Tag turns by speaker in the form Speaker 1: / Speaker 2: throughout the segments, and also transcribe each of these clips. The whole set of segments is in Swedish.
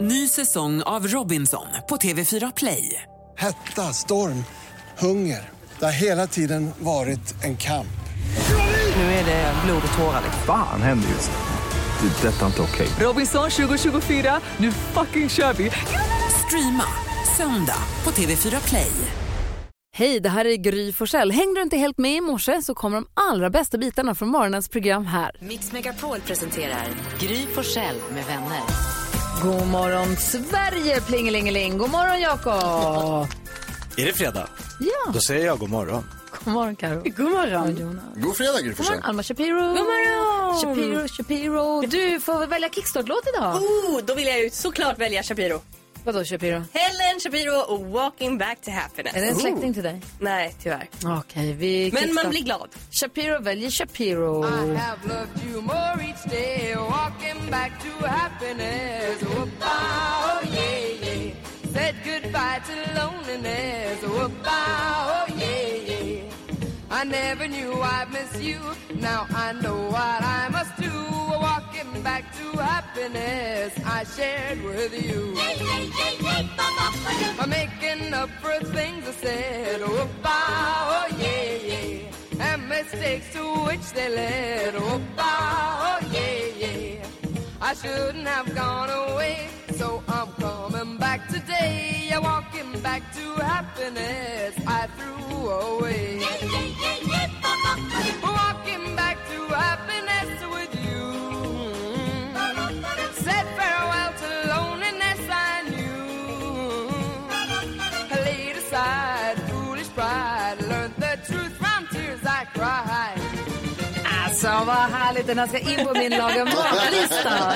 Speaker 1: Ny säsong av Robinson på TV4 Play.
Speaker 2: Hetta, storm, hunger. Det har hela tiden varit en kamp.
Speaker 1: Nu är det blod och tårar.
Speaker 3: Fan händer just nu. Det. är Detta är inte okej.
Speaker 1: Robinson 2024, nu fucking kör vi! Streama söndag på TV4 Play.
Speaker 4: Hej, det här är Gry Forssell. Hängde du inte helt med i morse så kommer de allra bästa bitarna från morgonens program här.
Speaker 5: Mix Megapol presenterar Gry Forssell med vänner.
Speaker 4: God morgon Sverige plingelingeling. God morgon Jakob.
Speaker 6: Är det fredag?
Speaker 4: Ja.
Speaker 6: Då säger jag god morgon.
Speaker 4: God morgon Karo.
Speaker 7: God morgon.
Speaker 2: God fredag, Gry
Speaker 4: God morgon Alma Shapiro. God
Speaker 7: morgon.
Speaker 4: Shapiro, Shapiro. Du får välja kickstart-låt idag.
Speaker 7: Oh, då vill jag ju såklart välja Shapiro.
Speaker 4: Vadå Shapiro?
Speaker 7: Helen Shapiro och Walking Back to Happiness.
Speaker 4: Är det en släkting till dig?
Speaker 7: Oh. Nej, tyvärr.
Speaker 4: Okej, vi
Speaker 7: Men man
Speaker 4: kickstart-
Speaker 7: blir glad. Ah,
Speaker 4: Shapiro väljer Shapiro. Alltså vad härligt, den här ska in på min laga matlista.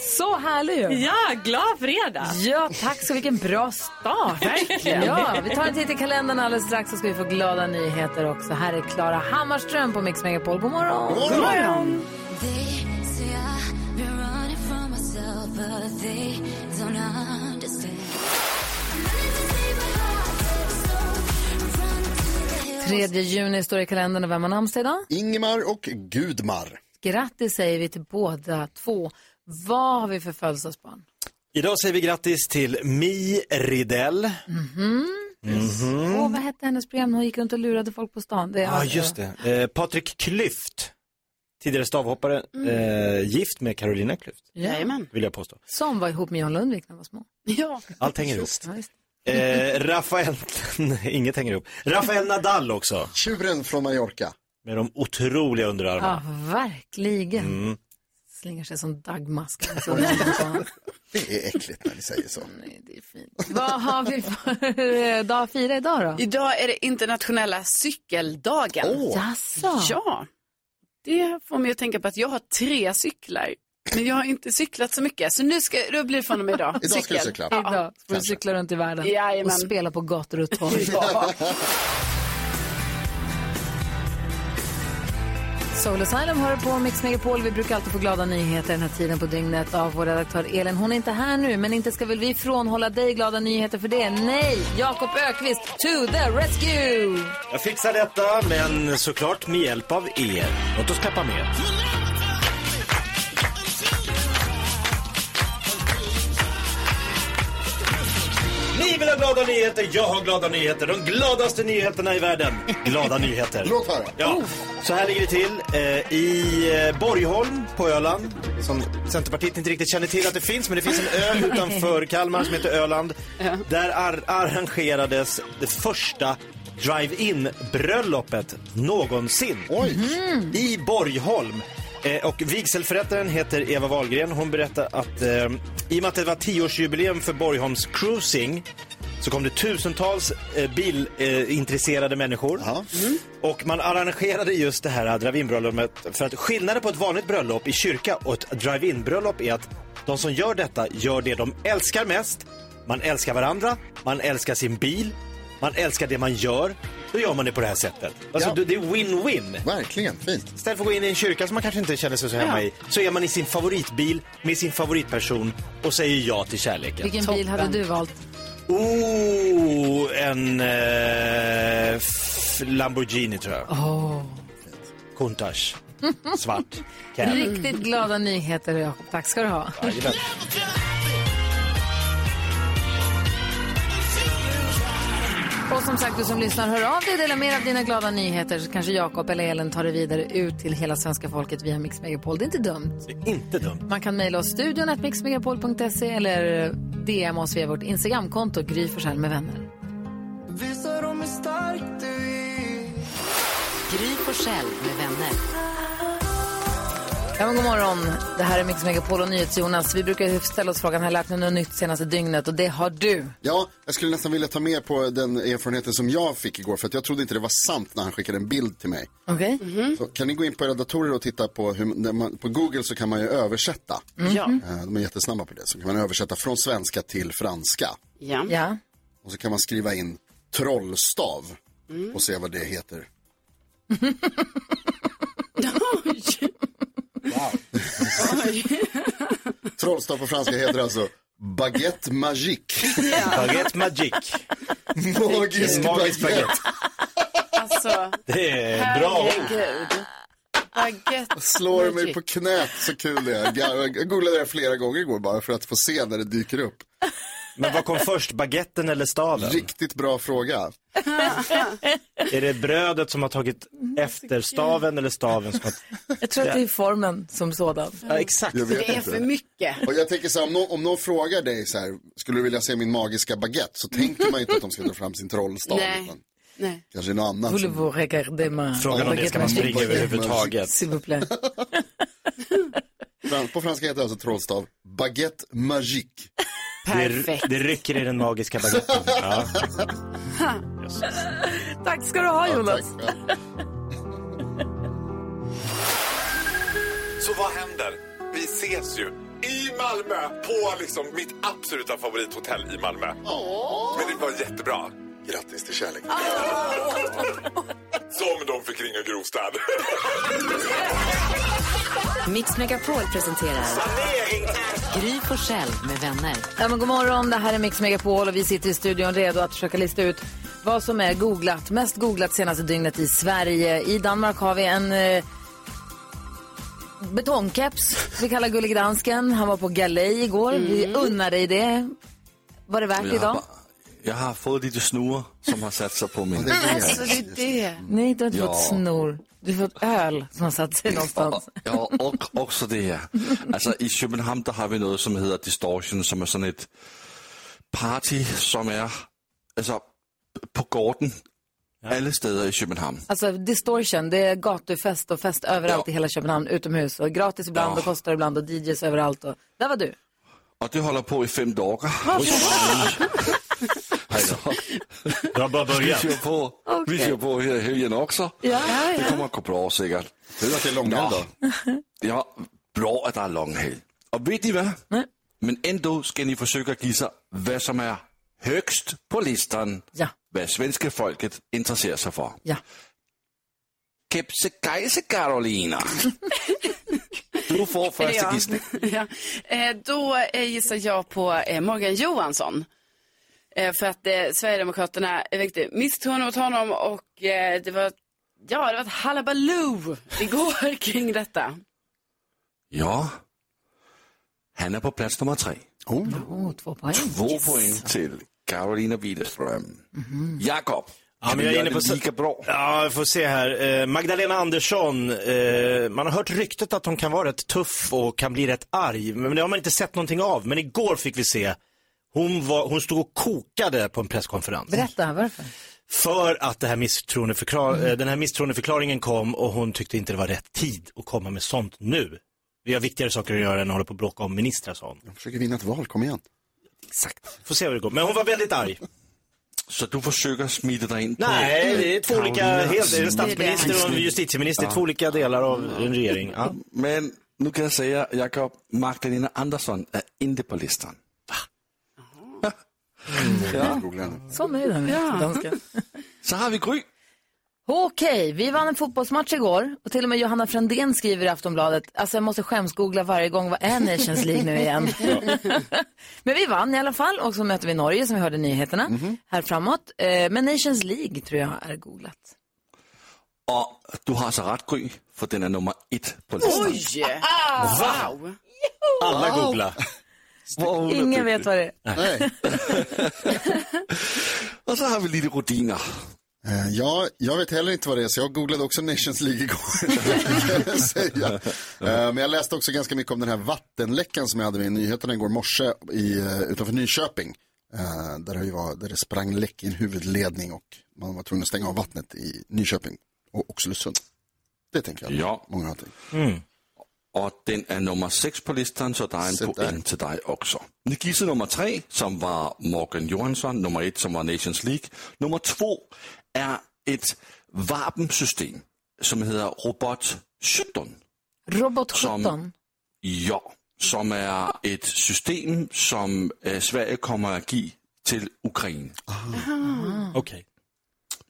Speaker 4: Så härlig ju.
Speaker 7: Ja, glad fredag.
Speaker 4: Ja, tack så vilken bra start.
Speaker 7: Verkligen.
Speaker 4: Ja, vi tar en titt i kalendern alldeles strax så ska vi få glada nyheter också. Här är Klara Hammarström på Mix Megapol. God morgon. God morgon. Tredje juni står i kalendern och vem har namnsdag idag?
Speaker 8: Ingemar och Gudmar.
Speaker 4: Grattis säger vi till båda två. Vad har vi för födelsedagsbarn?
Speaker 6: Idag säger vi grattis till Mi Ridell.
Speaker 4: Mm.
Speaker 6: Mhm.
Speaker 4: Åh, Mhm. vad hette hennes program när hon gick runt och lurade folk på stan? Det är-
Speaker 6: Mm.
Speaker 4: alltså-
Speaker 6: Ja, just det. Eh, Patrik Klyft. Tidigare stavhoppare.
Speaker 4: Mm.
Speaker 6: Eh, gift med Carolina Klyft,
Speaker 4: Ja.
Speaker 6: vill jag påstå.
Speaker 4: Som var ihop med John Lundvik när de var små.
Speaker 6: Allt hänger ihop.
Speaker 4: Ja, just det.
Speaker 6: Eh, Rafael... Nej, Inget hänger ihop. Rafael Nadal också.
Speaker 8: Tjuren från Mallorca.
Speaker 6: Med de otroliga underarmarna.
Speaker 4: Ja, verkligen.
Speaker 6: Mm.
Speaker 4: Slingar sig som dagmask. Alltså. Nej,
Speaker 8: Det är äckligt när ni säger så.
Speaker 4: det är fint. Vad har vi för eh, dag att fira idag då?
Speaker 9: Idag är det internationella cykeldagen.
Speaker 4: Jaså?
Speaker 9: Ja, det får mig att tänka på att jag har tre cyklar. Men jag har inte cyklat så mycket, så nu ska, då blir det från och med idag.
Speaker 8: Idag ska du cykla.
Speaker 4: Idag får du cykla runt i världen
Speaker 9: Jajamän.
Speaker 4: och spela på gator och torg. Soul Asylum hör på Mix Megapol. Vi brukar alltid få glada nyheter den här tiden på dygnet av vår redaktör Elin. Hon är inte här nu, men inte ska väl vi frånhålla dig glada nyheter för det? Nej! Jakob Ökvist to the rescue!
Speaker 6: Jag fixar detta, men såklart med hjälp av er. Låt oss peppa med. Ni vill ha glada nyheter, jag har glada nyheter. De gladaste nyheterna i världen. Glada nyheter.
Speaker 8: Låt höra. Oh.
Speaker 6: Ja, så här ligger det till. Eh, I eh, Borgholm på Öland, som Centerpartiet inte riktigt känner till att det finns, men det finns en ö utanför Kalmar som heter Öland. Där ar- arrangerades det första drive-in-bröllopet någonsin. Mm.
Speaker 8: Oj.
Speaker 6: I Borgholm. Eh, och vigselförrättaren heter Eva Wahlgren. Hon berättar att eh, i och med att det var tioårsjubileum för Borgholms cruising så kom det tusentals eh, bilintresserade människor. Mm.
Speaker 8: Ja.
Speaker 6: Och man arrangerade just det här drive-in-bröllopet för att skillnaden på ett vanligt bröllop i kyrka och ett drive-in-bröllop är att de som gör detta gör det de älskar mest. Man älskar varandra, man älskar sin bil, man älskar det man gör. Då gör man det på det här sättet. Alltså,
Speaker 8: Ja.
Speaker 6: det- det är win-win.
Speaker 8: Verkligen, fint.
Speaker 6: Istället för att gå in i en kyrka som man kanske inte känner sig så hemma i så är man i sin favoritbil med sin favoritperson och säger ja till kärleken.
Speaker 4: Vilken bil hade du valt?
Speaker 6: Oh, en eh, f- Lamborghini tror jag.
Speaker 4: Åh,
Speaker 6: Countach. Svart. Kan.
Speaker 4: Riktigt glada nyheter, Jakob. Tack ska du ha.
Speaker 6: Jajamän.
Speaker 4: Och som sagt, du som lyssnar, hör av dig och dela med dig av dina glada nyheter så kanske Jakob eller Elin tar det vidare ut till hela svenska folket via Mix Megapol. Det är inte dumt.
Speaker 6: Det är inte dumt.
Speaker 4: Man kan mejla oss studion at mixmegapol.se eller DM oss via vårt Instagramkonto, Gry Forssell med vänner.
Speaker 5: Gry Forssell med vänner.
Speaker 4: Ja, men god morgon. Det här är Mix Megapol och NyhetsJonas. Vi brukar ju ställa oss frågan, har jag lärt mig något nytt senaste dygnet? Och det har du.
Speaker 8: Ja, jag skulle nästan vilja ta med på den erfarenheten som jag fick igår för att jag trodde inte det var sant när han skickade en bild till mig.
Speaker 4: Okej?
Speaker 8: Så kan ni gå in på era datorer och titta på hur, när man, på Google så kan man ju översätta.
Speaker 4: Mhm.
Speaker 9: Ja.
Speaker 8: Eh, De är jättesnabba på det. Så kan man översätta från svenska till franska.
Speaker 9: ja.
Speaker 4: Ja.
Speaker 8: Och så kan man skriva in trollstav
Speaker 9: Mm.
Speaker 8: och se vad det heter. Trollstav på franska heter alltså baguette magique.
Speaker 6: Baguette magic.
Speaker 8: Magisk
Speaker 6: Magisk
Speaker 8: baguette.
Speaker 6: baguette.
Speaker 9: Alltså,
Speaker 6: Det
Speaker 8: Eh,
Speaker 6: är bra.
Speaker 9: herregud. Baguette.
Speaker 8: Slår mig
Speaker 9: magic.
Speaker 8: på knät, så kul det är. Jag jag googlade det flera gånger igår bara för att få se när det dyker upp.
Speaker 6: Men vad kom först, baguetten eller staven?
Speaker 8: Riktigt bra fråga.
Speaker 6: Är det brödet som har tagit
Speaker 4: Mm.
Speaker 6: efter staven eller staven som har...
Speaker 4: Jag tror att det är formen som sådan.
Speaker 6: Ja, exakt.
Speaker 8: Jag vet
Speaker 9: Det är för
Speaker 8: inte. alltså.
Speaker 9: mycket.
Speaker 8: Och jag tänker så här, om någon, om någon frågar dig så här, skulle du vilja se min magiska baguette? Så tänker man ju inte att de ska dra fram sin trollstav.
Speaker 9: Nej.
Speaker 8: utan
Speaker 9: Nej.
Speaker 8: Kanske något annat. som-
Speaker 4: Voulez-vous regarder ma...
Speaker 6: Frågan om det ska man springa överhuvudtaget.
Speaker 4: S'il vous plaît.
Speaker 8: Fran- På franska heter det alltså trollstav baguette magique.
Speaker 6: Det, ry- det rycker i den magiska baguetten. Ja.
Speaker 4: Tack ska du ha, Jonas.
Speaker 8: Ja.
Speaker 10: Så vad händer? Vi ses ju i Malmö på liksom mitt absoluta favorithotell i Malmö. Men det var jättebra.
Speaker 8: Grattis till kärleken.
Speaker 10: Som de fick ringa Grovstad.
Speaker 5: Mix Megapol presenterar Gry Forssell med vänner.
Speaker 4: Ja, men god morgon, det här är Mix Megapol och vi sitter i studion redo att försöka lista ut vad som är googlat, mest googlat senaste dygnet i Sverige. I Danmark har vi en eh, betongkeps som vi kallar Gullig Dansken. Han var på galej igår. Vi
Speaker 9: Mm.
Speaker 4: unnar dig det. Var det värt idag?
Speaker 3: Jag har fått lite snurr som har satt sig på mig.
Speaker 9: Så
Speaker 4: Alltså.
Speaker 9: det är Alltså, det.
Speaker 4: Nej, du har inte
Speaker 3: Ja.
Speaker 4: fått snor. Du har fått öl som har satt sig någonstans.
Speaker 3: Ja, och också det her. Altså, i København, der har vi noget, som hedder Distortion, som er sådan et party, som er altså, på gården alle steder i København.
Speaker 4: Alltså distortion, det är gatufest och fest överallt
Speaker 3: Ja.
Speaker 4: i hela Köpenhamn, utomhus. Och gratis ibland
Speaker 3: Ja.
Speaker 4: och kostar ibland och DJs överallt. Och... Där var du.
Speaker 3: Og det holder på i fem dager. Så
Speaker 6: Du har bara
Speaker 3: vi
Speaker 6: börjat.
Speaker 3: kører på, vi kører på her i helgen også. Det kommer at gå bra, sikkert.
Speaker 8: Tur att det är långhelg då.
Speaker 3: Ja, bra, at der er longhelg. Og ved I hvad?
Speaker 4: Nej.
Speaker 3: Men endnu skal I forsøge at give sig, hvad som er højst på listen,
Speaker 4: Ja.
Speaker 3: hvad svenske folket interesserer sig for.
Speaker 4: Ja.
Speaker 3: Kebnekaise, Carolina. Du får første gissning.
Speaker 9: Ja. Eh, Då eh, gissar jag på eh, Morgan Johansson. Eh, För att eh, Sverigedemokraterna väckte misstroende mot honom och eh, det var, ja, det var ett hallabaloo igår kring detta.
Speaker 3: Ja. Han er på plads nummer tre.
Speaker 4: Oh, två poäng.
Speaker 3: To point til Carolina Widerström.
Speaker 4: Mm.
Speaker 8: Mhm.
Speaker 3: Jakob.
Speaker 6: Ja, men
Speaker 3: du
Speaker 6: jag är
Speaker 3: göra
Speaker 6: inne på
Speaker 3: det
Speaker 6: så-
Speaker 3: lika bra.
Speaker 6: Ja, vi får se här. Eh, Magdalena Andersson, eh, man har hört ryktet att hon kan vara rätt tuff och kan bli rätt arg, men det har man inte sett någonting av. Men igår fick vi se, hon, var, hon stod och kokade på en presskonferens.
Speaker 4: Berätta, varför?
Speaker 6: För att det här misstroendeförklar- eh, den här misstroendeförklaringen kom och hon tyckte inte det var rätt tid att komma med sånt nu. Vi har viktigare saker att göra än att hålla på och bråka om ministrar, sa hon.
Speaker 8: Jag försöker vinna ett val, kom igen.
Speaker 6: Exakt. Får se hur det går. Men hon var väldigt arg.
Speaker 3: Så du forsøger at smitte dig ind på...
Speaker 6: Nej, det är två olika,
Speaker 3: Carolinas
Speaker 6: helt, det är en statsminister och en justitieminister, två olika delar av en regering. Ja.
Speaker 3: Men nu kan jag säga, Jakob, Magdalena Andersson är inte på listan. Mm.
Speaker 8: Jag googlar nu.
Speaker 4: Sån är den ja. dansken.
Speaker 3: Så har vi Gry.
Speaker 4: Okej, vi vann en fotbollsmatch igår och till och med Johanna Frändén skriver i Aftonbladet, alltså jag måste skämsgoogla varje gång, vad är Nations League nu igen? Men vi vann i alla fall och så möter vi Norge som vi hörde i nyheterna här framåt. Eh, Men Nations League tror jag är googlat.
Speaker 3: Og du har så ret, Gry, for den er nummer et på listen.
Speaker 9: Oj!
Speaker 3: Va?
Speaker 9: Ah! Wow!
Speaker 3: Alla
Speaker 9: Wow.
Speaker 3: googlar.
Speaker 4: Ingen vet vad det är.
Speaker 8: Nej.
Speaker 3: Och så har vi lite rutiner.
Speaker 8: Eh, Ja, jag vet heller inte vad det är, så jag googlade också Nations League igår. kan jag säga. Eh, Men jag läste också ganska mycket om den här vattenläckan som jag hade med i nyheterna igår morse i, eh, utanför Nyköping. Eh, Där det, ju var, där det sprang läck i en huvudledning och man var tvungen att stänga av vattnet i Nyköping och Oxelösund. Det tänker jag.
Speaker 3: Ja.
Speaker 8: Många har tänkt.
Speaker 6: Mm.
Speaker 3: Och den är nummer sex på listan, så det är en
Speaker 8: Så
Speaker 3: poäng till dig också. Ni gissade nummer tre, som var Morgan Johansson. Nummer ett, som var Nations League. Nummer två är ett vapensystem som heter Robot 17.
Speaker 4: Robot 17.
Speaker 3: Som- Ja, som är ett system som eh, Sverige kommer att ge till Ukraina.
Speaker 6: Okej.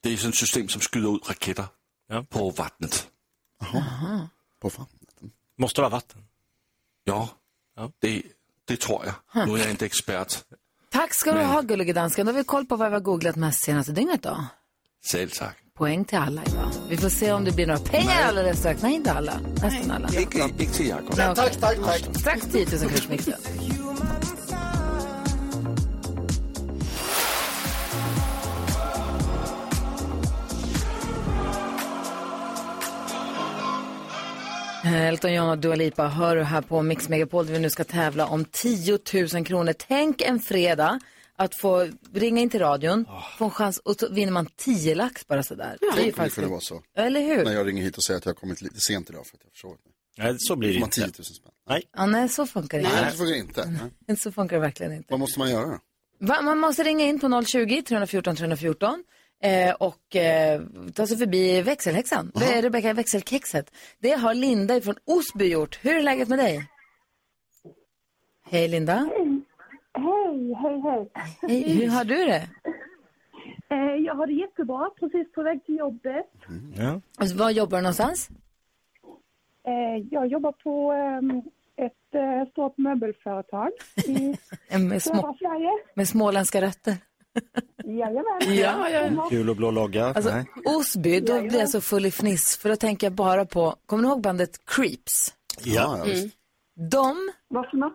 Speaker 3: Det är sådan ett system som skjuter ut raketter
Speaker 6: Ja.
Speaker 3: på vattnet.
Speaker 8: På fan.
Speaker 6: Måste vara vatten.
Speaker 3: Ja,
Speaker 6: Ja.
Speaker 3: Det, det tror jag. Nu är jag inte expert.
Speaker 4: Tack ska du
Speaker 3: Men-
Speaker 4: ha, gullige dansken. Då har vi koll på vad vi har googlat mest senaste dygnet då.
Speaker 3: Selv tak.
Speaker 4: Poäng till alla idag. Vi får se om det blir några pengar alldeles strax. Nej, inte alla. Nästan alla.
Speaker 3: Ikke, ikke til Jacob.
Speaker 4: Nej, okej. Strax 10 000 kronors mixen. Elton John och Dua Lipa hör du här på Mix Megapol där vi nu ska tävla om 10 000 kronor. Tänk en fredag att få ringa in till radion, få en chans och så vinner man 10 lax bara sådär. Det är ju
Speaker 8: Tänk om det
Speaker 4: faktiskt...
Speaker 8: kunde vara så.
Speaker 4: Eller hur?
Speaker 8: När jag ringer hit och säger att jag har kommit lite sent idag för att jag förstår.
Speaker 6: Nej, så blir det
Speaker 8: Får man 10
Speaker 6: inte.
Speaker 8: 000 spänn?
Speaker 4: Ja, nej, så funkar det
Speaker 8: Nej,
Speaker 4: inte.
Speaker 8: det funkar inte. Nej.
Speaker 4: Så funkar det verkligen inte.
Speaker 8: Vad måste man göra då?
Speaker 4: Va? Man måste ringa in på 020-314 314 eh, och eh, ta sig förbi växelhäxan. Det är Rebecka växelkexet. Det har Linda från Osby gjort. Hur är läget med dig? Hej Linda.
Speaker 11: Hej, hej, hej.
Speaker 4: Hej, hur har du det?
Speaker 11: Eh, jag har det jättebra, precis på väg till jobbet.
Speaker 6: Ja.
Speaker 4: Alltså, var jobbar du någonstans?
Speaker 11: Eh, jag jobbar på ehm, ett eh, stort möbelföretag i
Speaker 4: Med,
Speaker 11: södra
Speaker 4: små,
Speaker 11: Sverige.
Speaker 4: med småländska rötter.
Speaker 11: Jajamän.
Speaker 4: Ja,
Speaker 6: Gul och blå logga.
Speaker 4: Alltså,
Speaker 6: Nej.
Speaker 4: Osby, då blir jag så full i fniss för då tänker jag bara på, kommer ni ihåg bandet Creeps?
Speaker 6: Ja.
Speaker 8: ja, visst.
Speaker 4: De
Speaker 11: Vad för något?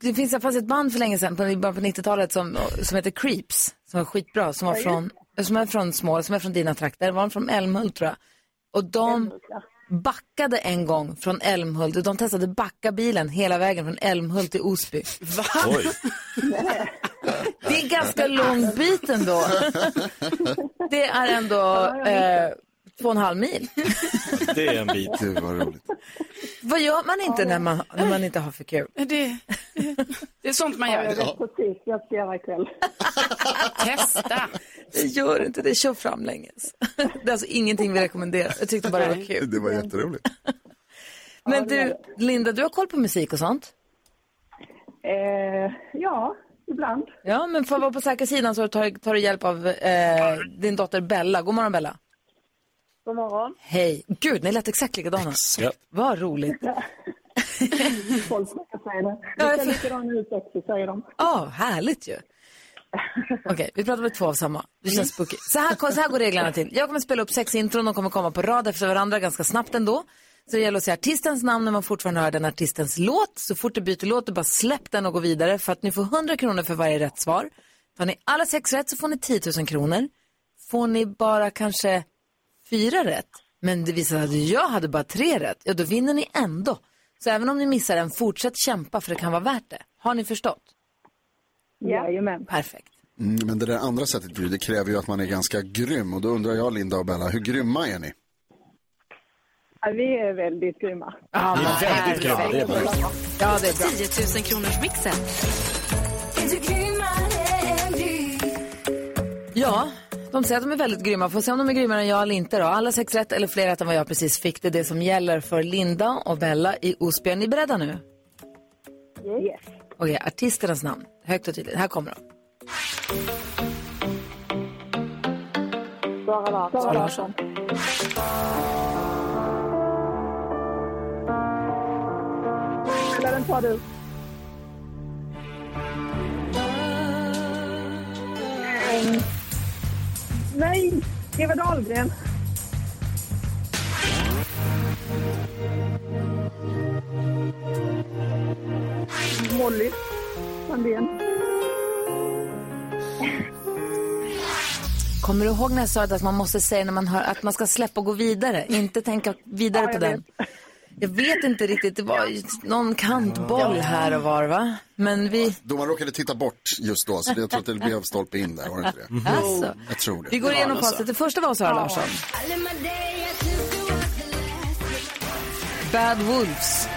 Speaker 4: Det finns, det fanns ett band för länge sedan, på, i början på 90-talet, som, som heter Creeps. Som var skitbra, som, var från, som är från Småland, som är från dina trakter. Var de från Älmhult tror jag. Och de backade en gång från Älmhult. De testade backa bilen hela vägen från Älmhult till Osby.
Speaker 6: Oj.
Speaker 4: Det är ganska lång bit ändå. Det är ändå eh, två och en halv mil.
Speaker 6: Det är en bit.
Speaker 8: Gud vad roligt.
Speaker 4: Vad gör man inte när man, när man inte har för kul?
Speaker 9: Det, det är sånt man
Speaker 11: Ja, jag
Speaker 9: gör.
Speaker 11: vet precis vad jag ska göra ikväll.
Speaker 9: Testa.
Speaker 4: Det gör inte det, kör framlänges. Det är alltså ingenting vi rekommenderar. Jag tyckte bara det var kul.
Speaker 8: Det var jätteroligt.
Speaker 4: Men du, Linda, du har koll på musik och sånt?
Speaker 11: Eh, ja, ibland.
Speaker 4: Ja, men för att vara på säkra sidan så tar, tar du hjälp av eh, din dotter Bella. God morgon Bella.
Speaker 11: God morgon.
Speaker 4: Hej. Gud, ni lät exakt likadana.
Speaker 6: Ja.
Speaker 4: Vad roligt. Ja,
Speaker 11: Folk brukar säga det.
Speaker 4: Ja,
Speaker 11: Det
Speaker 4: jag
Speaker 11: ser
Speaker 4: ser-
Speaker 11: likadana ut också, säger de.
Speaker 4: härligt ju. Okej, vi pratar med två av samma. Det känns spooky. Så här, så här går reglerna till. Jag kommer spela upp sex intron. De kommer komma på rad efter varandra ganska snabbt ändå. Så det gäller att säga artistens namn när man fortfarande hör den artistens låt. Så fort du byter låt, du bara släpp den och gå vidare. För att ni får 100 kronor för varje rätt svar. Tar ni alla sex rätt så får ni 10 000 kronor. Får ni bara kanske fyra rätt, men det visade sig att jag hade bara tre rätt, ja då vinner ni ändå. Så även om ni missar en, fortsätt kämpa för det kan vara värt det. Har ni förstått?
Speaker 11: Jajamän.
Speaker 4: Perfekt.
Speaker 8: Mm, men det där andra sättet, Gry, det kräver ju att man är ganska grym. Och då undrar jag, Linda och Bella, hur grymma är ni?
Speaker 11: Ja, vi är väldigt grymma.
Speaker 6: Det är väldigt bra. Det är bra.
Speaker 4: Ja, det är bra.
Speaker 5: 10 000 kronors mixen.
Speaker 4: Ja, de säger att de är väldigt grymma. Får se om de är grymmare än jag eller inte då. Alla sex rätt eller fler rätt än vad jag precis fick. Det är det som gäller för Linda och Bella i Osby. Är ni beredda nu?
Speaker 11: Yes.
Speaker 4: Okej, artisternas namn. Högt och tydligt. Här kommer de.
Speaker 11: Sara Larsson. Sara Larsson. Eller den tar du. Nej, Eva Dahlgren. Molly Sandén.
Speaker 4: Kommer du ihåg när jag sa att man måste säga när man hör att man ska släppa och gå vidare? Inte tänka vidare på den. Jag vet inte riktigt, det var ju någon kantboll här och var va? Men vi...
Speaker 8: Då man råkade titta bort just då, så jag tror att det blev stolpe in där, var det inte det?
Speaker 4: Alltså.
Speaker 8: Jag tror det. alltså,
Speaker 4: Vi går igenom facit. Det första var Sara Larsson. Bad Wolves.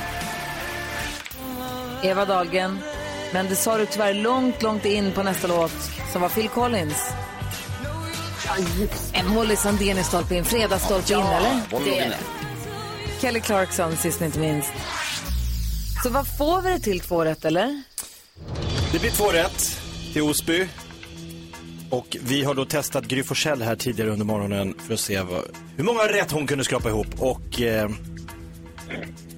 Speaker 4: Eva Dahlgren. Men det sa du tyvärr långt, långt in på nästa låt som var Phil Collins. En Molly Sandén i stolpe in. Fredagsstolpe in, eller?
Speaker 8: Volvo vinner.
Speaker 4: Kelly Clarkson, sist men inte minst. Så vad får vi det till? Två rätt, eller?
Speaker 6: Det blir två rätt till Osby. Och vi har då testat Gry Forssell här tidigare under morgonen för att se vad, hur många rätt hon kunde skrapa ihop. Och eh,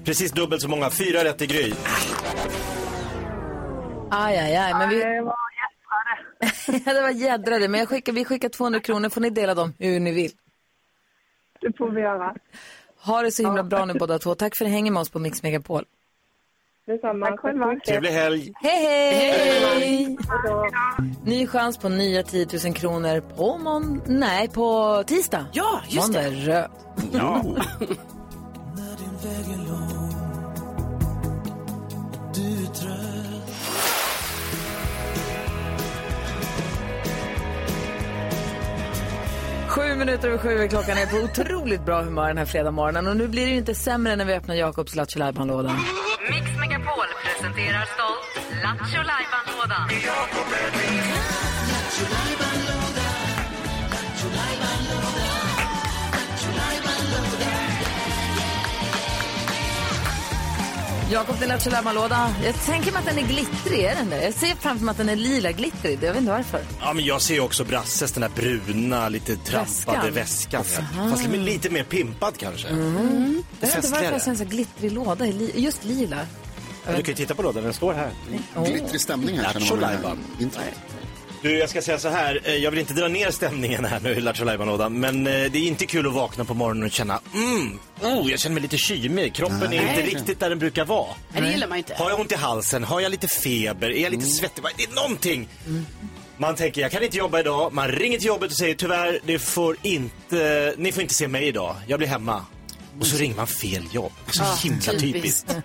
Speaker 6: precis dubbelt så många, fyra rätt till Gry.
Speaker 4: Aj, aj, aj. Men vi... Det var jädrade. det var jädrade, men jag skickar, vi skickar 200 kronor. får ni dela dem hur ni vill.
Speaker 11: Det får vi göra.
Speaker 4: Ha det så himla bra nu båda två. Tack för att ni hänger med oss på Mix Megapol.
Speaker 11: Detsamma. Tack själva.
Speaker 6: Trevlig helg.
Speaker 4: Hej,
Speaker 12: Eh,
Speaker 4: hej! Ny chans på nya 10 000 kronor på mån... Nej, på tisdag. Ja,
Speaker 12: just
Speaker 4: måndag
Speaker 12: det.
Speaker 4: Är röd.
Speaker 12: Ja.
Speaker 4: Sju minuter över sju är klockan. Jag är på otroligt bra humör den här fredagmorgonen. Och nu blir det ju inte sämre när vi öppnar Jakobs Lattjo Lajban-lådan.
Speaker 5: Mix Megapol presenterar stolt Lattjo Lajban-lådan.
Speaker 4: Jakob, din Lattjo Lajban-låda. Jag tänker mig att den är glittrig, är den det? Jag ser framför mig att den är lila glittrig. Jag vet inte varför.
Speaker 6: Ja, men jag ser ju också Brasses, den där bruna, lite trampade väskan.
Speaker 4: Ah.
Speaker 6: Fast lite- lite mer pimpad kanske.
Speaker 4: Mm. Jag vet inte
Speaker 6: Festligare.
Speaker 4: varför jag ser en så glittrig låda, i li- just lila.
Speaker 6: Men du kan ju titta på lådan, den står här.
Speaker 4: Åh.
Speaker 8: Glittrig stämning här,
Speaker 6: Lattjo
Speaker 8: känner man.
Speaker 6: Lajban. Du, jag ska säga så här, eh, jag vill inte dra ner stämningen här nu i Lattjo Lajban-lådan, men eh, det är inte kul att vakna på morgonen och känna, mm, oh, jag känner mig lite kymig, kroppen
Speaker 9: Nej.
Speaker 6: är inte
Speaker 9: Nej.
Speaker 6: riktigt där den brukar vara.
Speaker 9: Nej, det gillar man inte. Mm.
Speaker 6: Har jag ont i halsen? Har jag lite feber? Är jag lite svettig? Vad- Det är någonting! Man tänker, jag kan inte jobba idag. Man ringer till jobbet och säger, tyvärr, det får inte, ni får inte se mig idag. Jag blir hemma. Och så ringer man fel jobb. Så
Speaker 9: Ah,
Speaker 4: Ja,
Speaker 6: himla typiskt.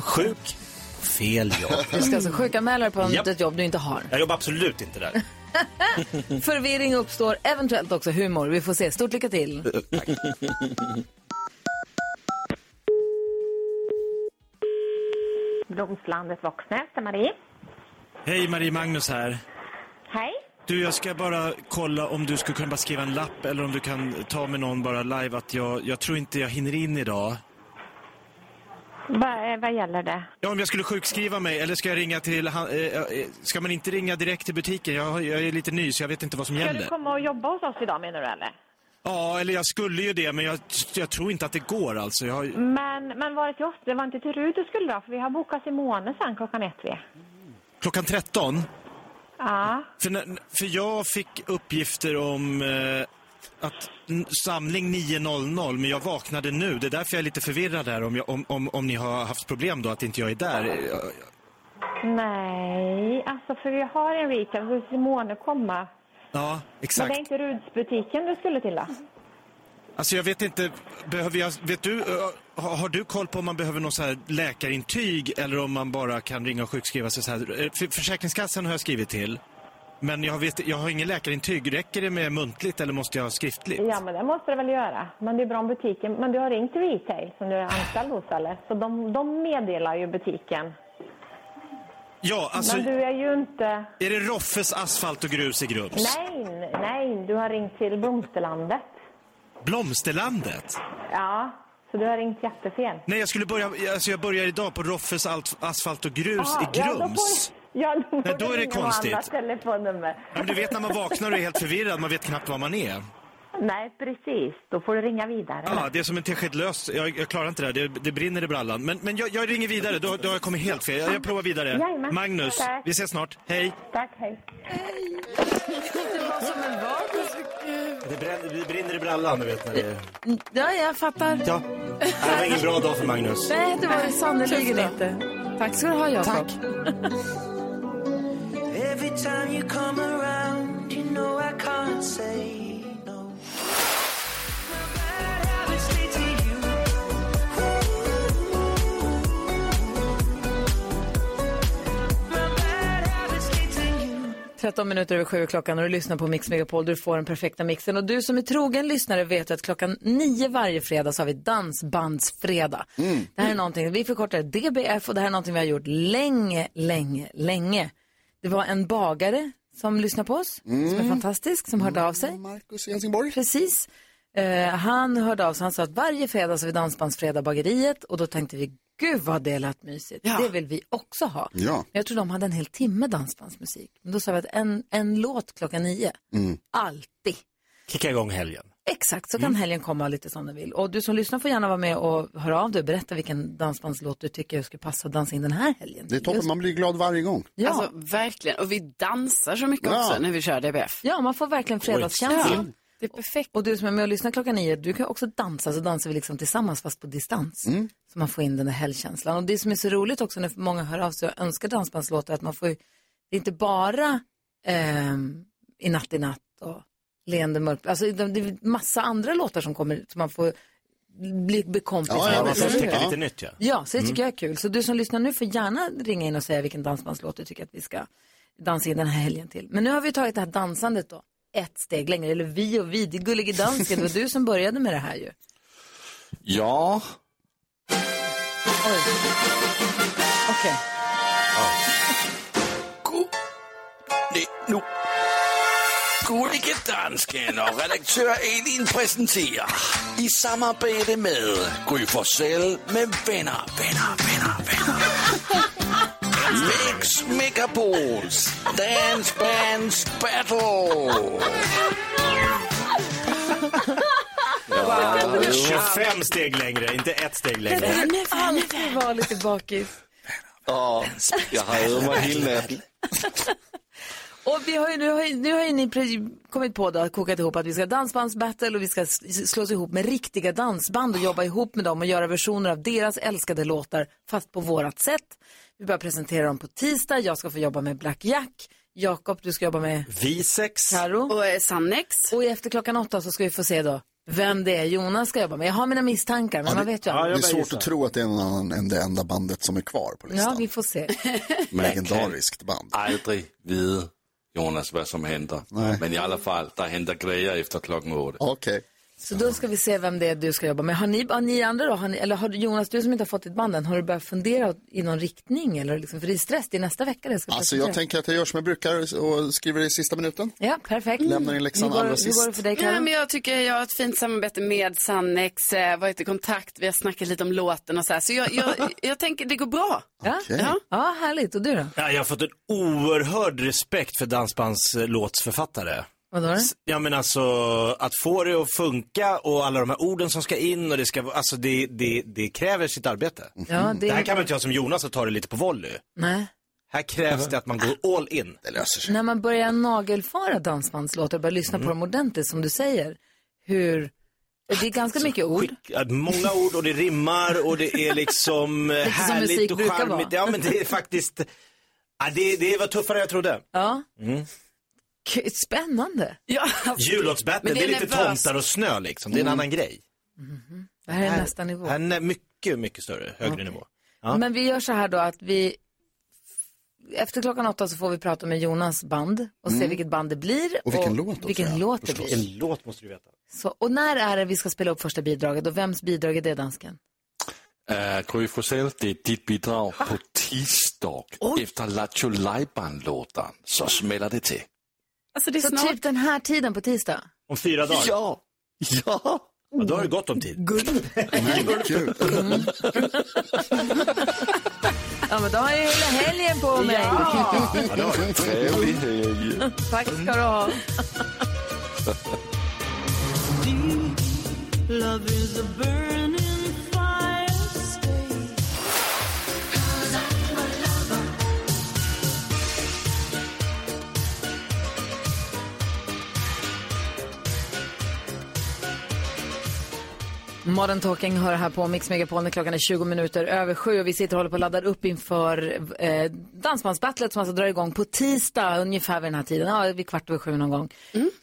Speaker 6: Sjuk, fel jobb.
Speaker 4: Du ska alltså sjukanmäla dig på
Speaker 6: Japp.
Speaker 4: ett jobb du inte har.
Speaker 6: Jag jobbar absolut inte där.
Speaker 4: Förvirring uppstår, eventuellt också humor. Vi får se. Stort lycka till.
Speaker 13: Blomslandet Voxnäs, det är Marie.
Speaker 14: Hej, Marie Magnus här.
Speaker 13: Hej.
Speaker 14: Du, jag ska bara kolla om du skulle kunna bara skriva en lapp eller om du kan ta med någon bara live att jag, jag tror inte jag hinner in idag.
Speaker 13: Va, eh, vad gäller det?
Speaker 14: Ja, om jag skulle sjukskriva mig eller ska jag ringa till... han- eh, eh, Ska man inte ringa direkt till butiken? Jag, har- jag är lite ny så jag vet inte vad som
Speaker 13: Ska
Speaker 14: gäller.
Speaker 13: du komma och jobba hos oss idag menar du eller?
Speaker 14: Ja, eller jag skulle ju det men jag, jag tror inte att det går alltså. Jag, har-
Speaker 13: Men, men var det till oss? Det var inte till Rud du skulle då? För vi har bokat Simone sen klockan ett vi.
Speaker 14: klockan 13?
Speaker 13: Ja.
Speaker 14: För, när- för jag fick uppgifter om eh, att n- samling 9.00, men jag vaknade nu. Det är därför jag är lite förvirrad här, om, jag, om, om, om ni har haft problem då, att inte jag är där. Eh,
Speaker 13: Nej, alltså för vi har en retail. Så Simone komma.
Speaker 14: Ja,
Speaker 13: Men det är
Speaker 14: exakt.
Speaker 13: inte Rudsbutiken du skulle till då?
Speaker 14: Alltså jag vet inte, behöver jag, vet du, eh, har, har du koll på om man behöver något så här läkarintyg eller om man bara kan ringa och sjukskriva sig så här? Eh, För, försäkringskassan har jag skrivit till, men jag, vet, jag har ingen läkarintyg. Räcker det med muntligt eller måste jag ha skriftligt?
Speaker 13: Ja, men det måste du väl göra. Men det är bra om butiken... Men du har ringt till retail som du är anställd hos eller? Så de, de meddelar ju butiken.
Speaker 14: Ja, alltså,
Speaker 13: Men du är ju inte...
Speaker 14: är det Roffes asfalt och grus i Grums?
Speaker 13: Nej, nej, du har ringt till Blomsterlandet.
Speaker 14: Blomsterlandet?
Speaker 13: Ja, så du har ringt jättefel.
Speaker 14: Nej, jag skulle börja, alltså jag börjar idag på Roffes alt, asfalt och grus
Speaker 13: Aha,
Speaker 14: i
Speaker 13: Ja, då
Speaker 14: Grums.
Speaker 13: får, ja, då får
Speaker 14: Nej, då
Speaker 13: du
Speaker 14: är det
Speaker 13: ringa något
Speaker 14: konstigt.
Speaker 13: annat telefonnummer.
Speaker 14: Ja, men du vet när man vaknar och är helt förvirrad, man vet knappt var man är.
Speaker 13: Nej, precis. Då får du ringa vidare.
Speaker 14: Ja, det är som en tesked lös. Jag, jag klarar inte det här, det, det brinner i brallan. Men, men jag, jag ringer vidare, då, då har jag kommit helt fel. Jag, jag provar vidare.
Speaker 13: Jajamän.
Speaker 14: Magnus,
Speaker 13: Tack.
Speaker 14: vi ses snart. Hej!
Speaker 13: Tack, hej.
Speaker 4: Det var som en
Speaker 6: Det, bränner, det brinner i brallan, du vet när det är...
Speaker 4: Ja, jag fattar.
Speaker 6: Ja. Det var ingen bra dag för Magnus.
Speaker 4: Nej, det var det sannerligen inte. Tack ska du ha, Jakob. Tack.
Speaker 12: Every time you come around, you know I can't say no. My bad habits lead to you.
Speaker 4: 13 minuter över sju är klockan och du lyssnar på Mix Megapol där du får den perfekta mixen. Och du som är trogen lyssnare vet att klockan nio varje fredag så har vi dansbandsfredag.
Speaker 15: Mm.
Speaker 4: Det här är någonting, vi förkortar DBF och det här är någonting vi har gjort länge, länge, länge. Det var en bagare som lyssnade på oss, som är fantastisk, som hörde av sig.
Speaker 8: Mm. Marcus i Helsingborg.
Speaker 4: Precis. Eh, han hörde av sig, han sa att varje fredag så har vi dansbandsfredag bageriet och då tänkte vi, gud vad delat mysigt, det vill vi också ha.
Speaker 8: Ja.
Speaker 4: Men Jag tror de hade en hel timme dansbandsmusik. Men då sa vi att en, en låt klockan nio.
Speaker 6: Mm.
Speaker 4: Alltid.
Speaker 6: Kicka igång helgen.
Speaker 4: Exakt, så kan
Speaker 9: Mm.
Speaker 4: helgen komma lite som den vill. Och du som lyssnar får gärna vara med och höra av dig och berätta vilken dansbandslåt du tycker skulle passa att dansa in den här helgen.
Speaker 8: Det är toppen, man blir glad varje gång.
Speaker 4: Ja.
Speaker 9: Alltså verkligen. Och vi dansar så mycket
Speaker 8: Ja.
Speaker 9: också när vi kör DBF.
Speaker 4: Ja, man får verkligen
Speaker 9: Ja.
Speaker 4: fredagskänslan. Det är perfekt. Och du som är med och lyssnar klockan nio, du kan också dansa, så dansar vi liksom tillsammans fast på distans.
Speaker 6: Mm.
Speaker 4: Så man får in den där helgkänslan. Och det som är så roligt också när många hör av sig och önskar dansbandslåtar, är att man får ju, det är inte bara ehm, I natt, i natt och Leende mörkt, alltså det det är massa andra låtar som kommer som man får bli, bli kompis
Speaker 6: Ja, ja,
Speaker 4: med.
Speaker 6: man får
Speaker 4: Eller hur?
Speaker 6: upptäcka lite nytt, ja.
Speaker 4: Ja, så det tycker
Speaker 6: Mm.
Speaker 4: jag är kul. Så du som lyssnar nu får gärna ringa in och säga vilken dansbandslåt du tycker att vi ska dansa in den här helgen till. Men nu har vi tagit det här dansandet då ett steg längre, eller vi och vi, det är gullige dansken, det var du som började med det här ju.
Speaker 3: Ja,
Speaker 4: Oj. Okej.
Speaker 16: Det nu. Gullige dansken och redaktör Elin presenterar i samarbete med Gry Forssell med vänner, vänner, vänner, vänner. Mix Megapols Dance Bands Battle.
Speaker 6: Ja,
Speaker 16: det är
Speaker 6: 25 steg längre, inte ett steg
Speaker 4: Jag
Speaker 6: längre.
Speaker 4: skulle alltid vara lite bakis.
Speaker 3: ja jag har övat mig hela natten.
Speaker 4: Och vi har ju, nu, har ju, nu har ju ni pre- kommit på då, kokat ihop att vi ska ha dansbandsbattle och vi ska s- slås ihop med riktiga dansband och jobba ihop med dem och göra versioner av deras älskade låtar fast på vårat sätt. Vi börjar presentera dem på tisdag, jag ska få jobba med Black Jack, Jakob du ska jobba med
Speaker 6: Visex.
Speaker 4: Karo.
Speaker 9: Och Sannex.
Speaker 4: Och efter klockan åtta så ska vi få se då vem det är Jonas ska jobba med. Jag har mina misstankar men man vet ju
Speaker 8: Alltså, det är svårt att tro att det är någon annan än det enda bandet som är kvar på listan.
Speaker 4: Ja, vi får se.
Speaker 8: Legendariskt band.
Speaker 3: Aldrig vide, Jonas, vad som händer. Men i alla fall, där händer grejer efter klockan åtta.
Speaker 8: Okej.
Speaker 4: Så då ska vi se vem det är du ska jobba med. Har ni, har ni andra då, har ni, eller har du, Jonas, du som inte har fått ditt band än, har du börjat fundera i någon riktning? Eller liksom, för det är stress, det är nästa vecka det ska
Speaker 8: Alltså jag
Speaker 4: presenteras.
Speaker 8: tänker att jag gör som jag brukar och skriver i sista minuten.
Speaker 4: Ja, perfekt.
Speaker 8: Lämnar in läxan
Speaker 4: Hur
Speaker 8: liksom
Speaker 4: går-
Speaker 8: allra
Speaker 4: hur
Speaker 8: sist.
Speaker 4: går det för dig, Karo?
Speaker 9: Ja, men jag tycker jag har ett fint samarbete med Sannex, eh, varit i kontakt, vi har snackat lite om låten och så här. Så jag, jag, jag tänker det går bra.
Speaker 4: Ja. ja, härligt. Och du då?
Speaker 6: Ja, jag har fått en oerhörd respekt för dansbandslåtsförfattare.
Speaker 4: Vadå? då?
Speaker 6: S- Ja men alltså att få det att funka och alla de här orden som ska in och det ska vara- alltså det, det, det kräver sitt arbete.
Speaker 4: Ja, det-
Speaker 6: det... här kan man inte göra som Jonas och ta det lite på volley.
Speaker 4: Nej.
Speaker 6: Här krävs det att man går all in.
Speaker 8: Det löser
Speaker 4: När man börjar nagelfara dansbandslåtar och börjar lyssna på dem ordentligt, som du säger, hur... Det är
Speaker 8: Alltså,
Speaker 4: ganska mycket ord.
Speaker 6: Många ord och det rimmar och det är liksom eh,
Speaker 4: Lite som musik
Speaker 6: härligt och
Speaker 4: brukar vara.
Speaker 6: charmigt. Ja men det är faktiskt, ja, det, det var tuffare än jag trodde.
Speaker 4: Ja,
Speaker 6: Mm.
Speaker 4: k- spännande.
Speaker 9: Ja,
Speaker 6: Jullåtsbattle,
Speaker 4: Men
Speaker 6: det är lite
Speaker 4: nervöst.
Speaker 6: tomtar och snö liksom, det är en annan grej.
Speaker 4: Det här är nästa nivå.
Speaker 6: Här är mycket, mycket större, högre nivå. Ja.
Speaker 4: Men vi gör så här då att vi efter klockan åtta så får vi prata med Jonas band och se
Speaker 6: Mm.
Speaker 4: vilket band det blir.
Speaker 6: Och vilken låt också,
Speaker 4: vilken
Speaker 6: ja,
Speaker 4: låt det blir.
Speaker 6: Vilken låt måste du veta?
Speaker 4: Så, och när är det vi ska spela upp första bidraget och vems bidrag är det dansken?
Speaker 3: Uh, Gry Forssell, det är ditt bidrag på tisdag efter Lattjo Lajban-låten. Så smäller det till.
Speaker 9: Alltså det
Speaker 4: är så
Speaker 9: snart.
Speaker 4: typ den här tiden på tisdag?
Speaker 6: Om fyra dagar?
Speaker 3: Ja! Ja!
Speaker 6: ja då har det gått om tid.
Speaker 4: Ja men då har jag ju hela helgen på mig.
Speaker 12: Ja.
Speaker 3: Ja, det var en trevlig helg.
Speaker 4: Tack ska du ha.
Speaker 12: Love is a burning fire stay.
Speaker 4: Modern Talking hör här på Mix Megapol när klockan är 20 minuter över sju och vi sitter och håller på och laddar upp inför eh, Dansbandsbattlet som alltså drar igång på tisdag ungefär vid den här tiden, ja, vid kvart över sju någon gång.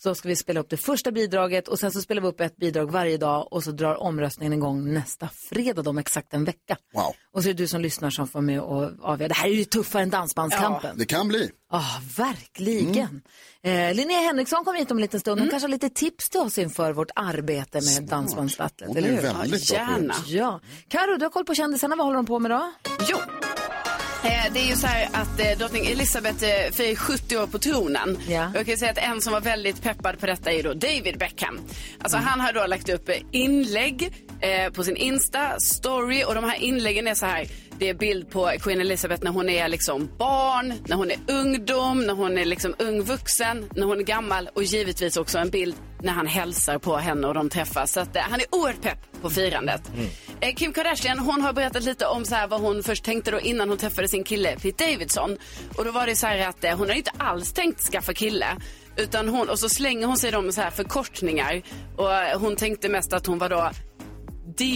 Speaker 4: Så ska vi spela upp det första bidraget och sen så spelar vi upp ett bidrag varje dag och så drar omröstningen igång nästa fredag om exakt en vecka.
Speaker 8: Wow.
Speaker 4: Och så är det du som lyssnar som får med och avgöra. Det här är ju tuffare än Dansbandskampen.
Speaker 8: Det kan bli.
Speaker 4: Ja, Ah, verkligen. Eh, Linnea Henriksson kommer hit om en liten stund. Hon
Speaker 8: Mm.
Speaker 4: kanske har lite tips till oss inför vårt arbete med Dansbandsbattlet.
Speaker 8: Hon är
Speaker 4: eller hur?
Speaker 8: väldigt bra på det. Gärna.
Speaker 4: Ja. Karo, du har koll på kändisarna. Vad håller de på med då?
Speaker 9: Jo. Eh, Det är ju så här att eh, drottning Elizabeth eh, firar 70 år på tronen.
Speaker 4: Ja.
Speaker 9: Och Jag kan ju säga att en som var väldigt peppad på detta är ju då David Beckham. Alltså han har då lagt upp eh, inlägg eh, på sin Insta, story och de här inläggen är så här. Det är bild på Queen Elizabeth när hon är liksom barn, när hon är ungdom, när hon är liksom ung vuxen, när hon är gammal och givetvis också en bild när han hälsar på henne och de träffas. Så att, eh, han är oerhört pepp på firandet. Eh, Kim Kardashian hon har berättat lite om så här vad hon först tänkte då innan hon träffade sin kille Pete Davidson. Och då var det så här att eh, hon hade inte alls tänkt skaffa kille. Utan hon, och så slänger hon sig de så här förkortningar. Och eh, hon tänkte mest att hon var då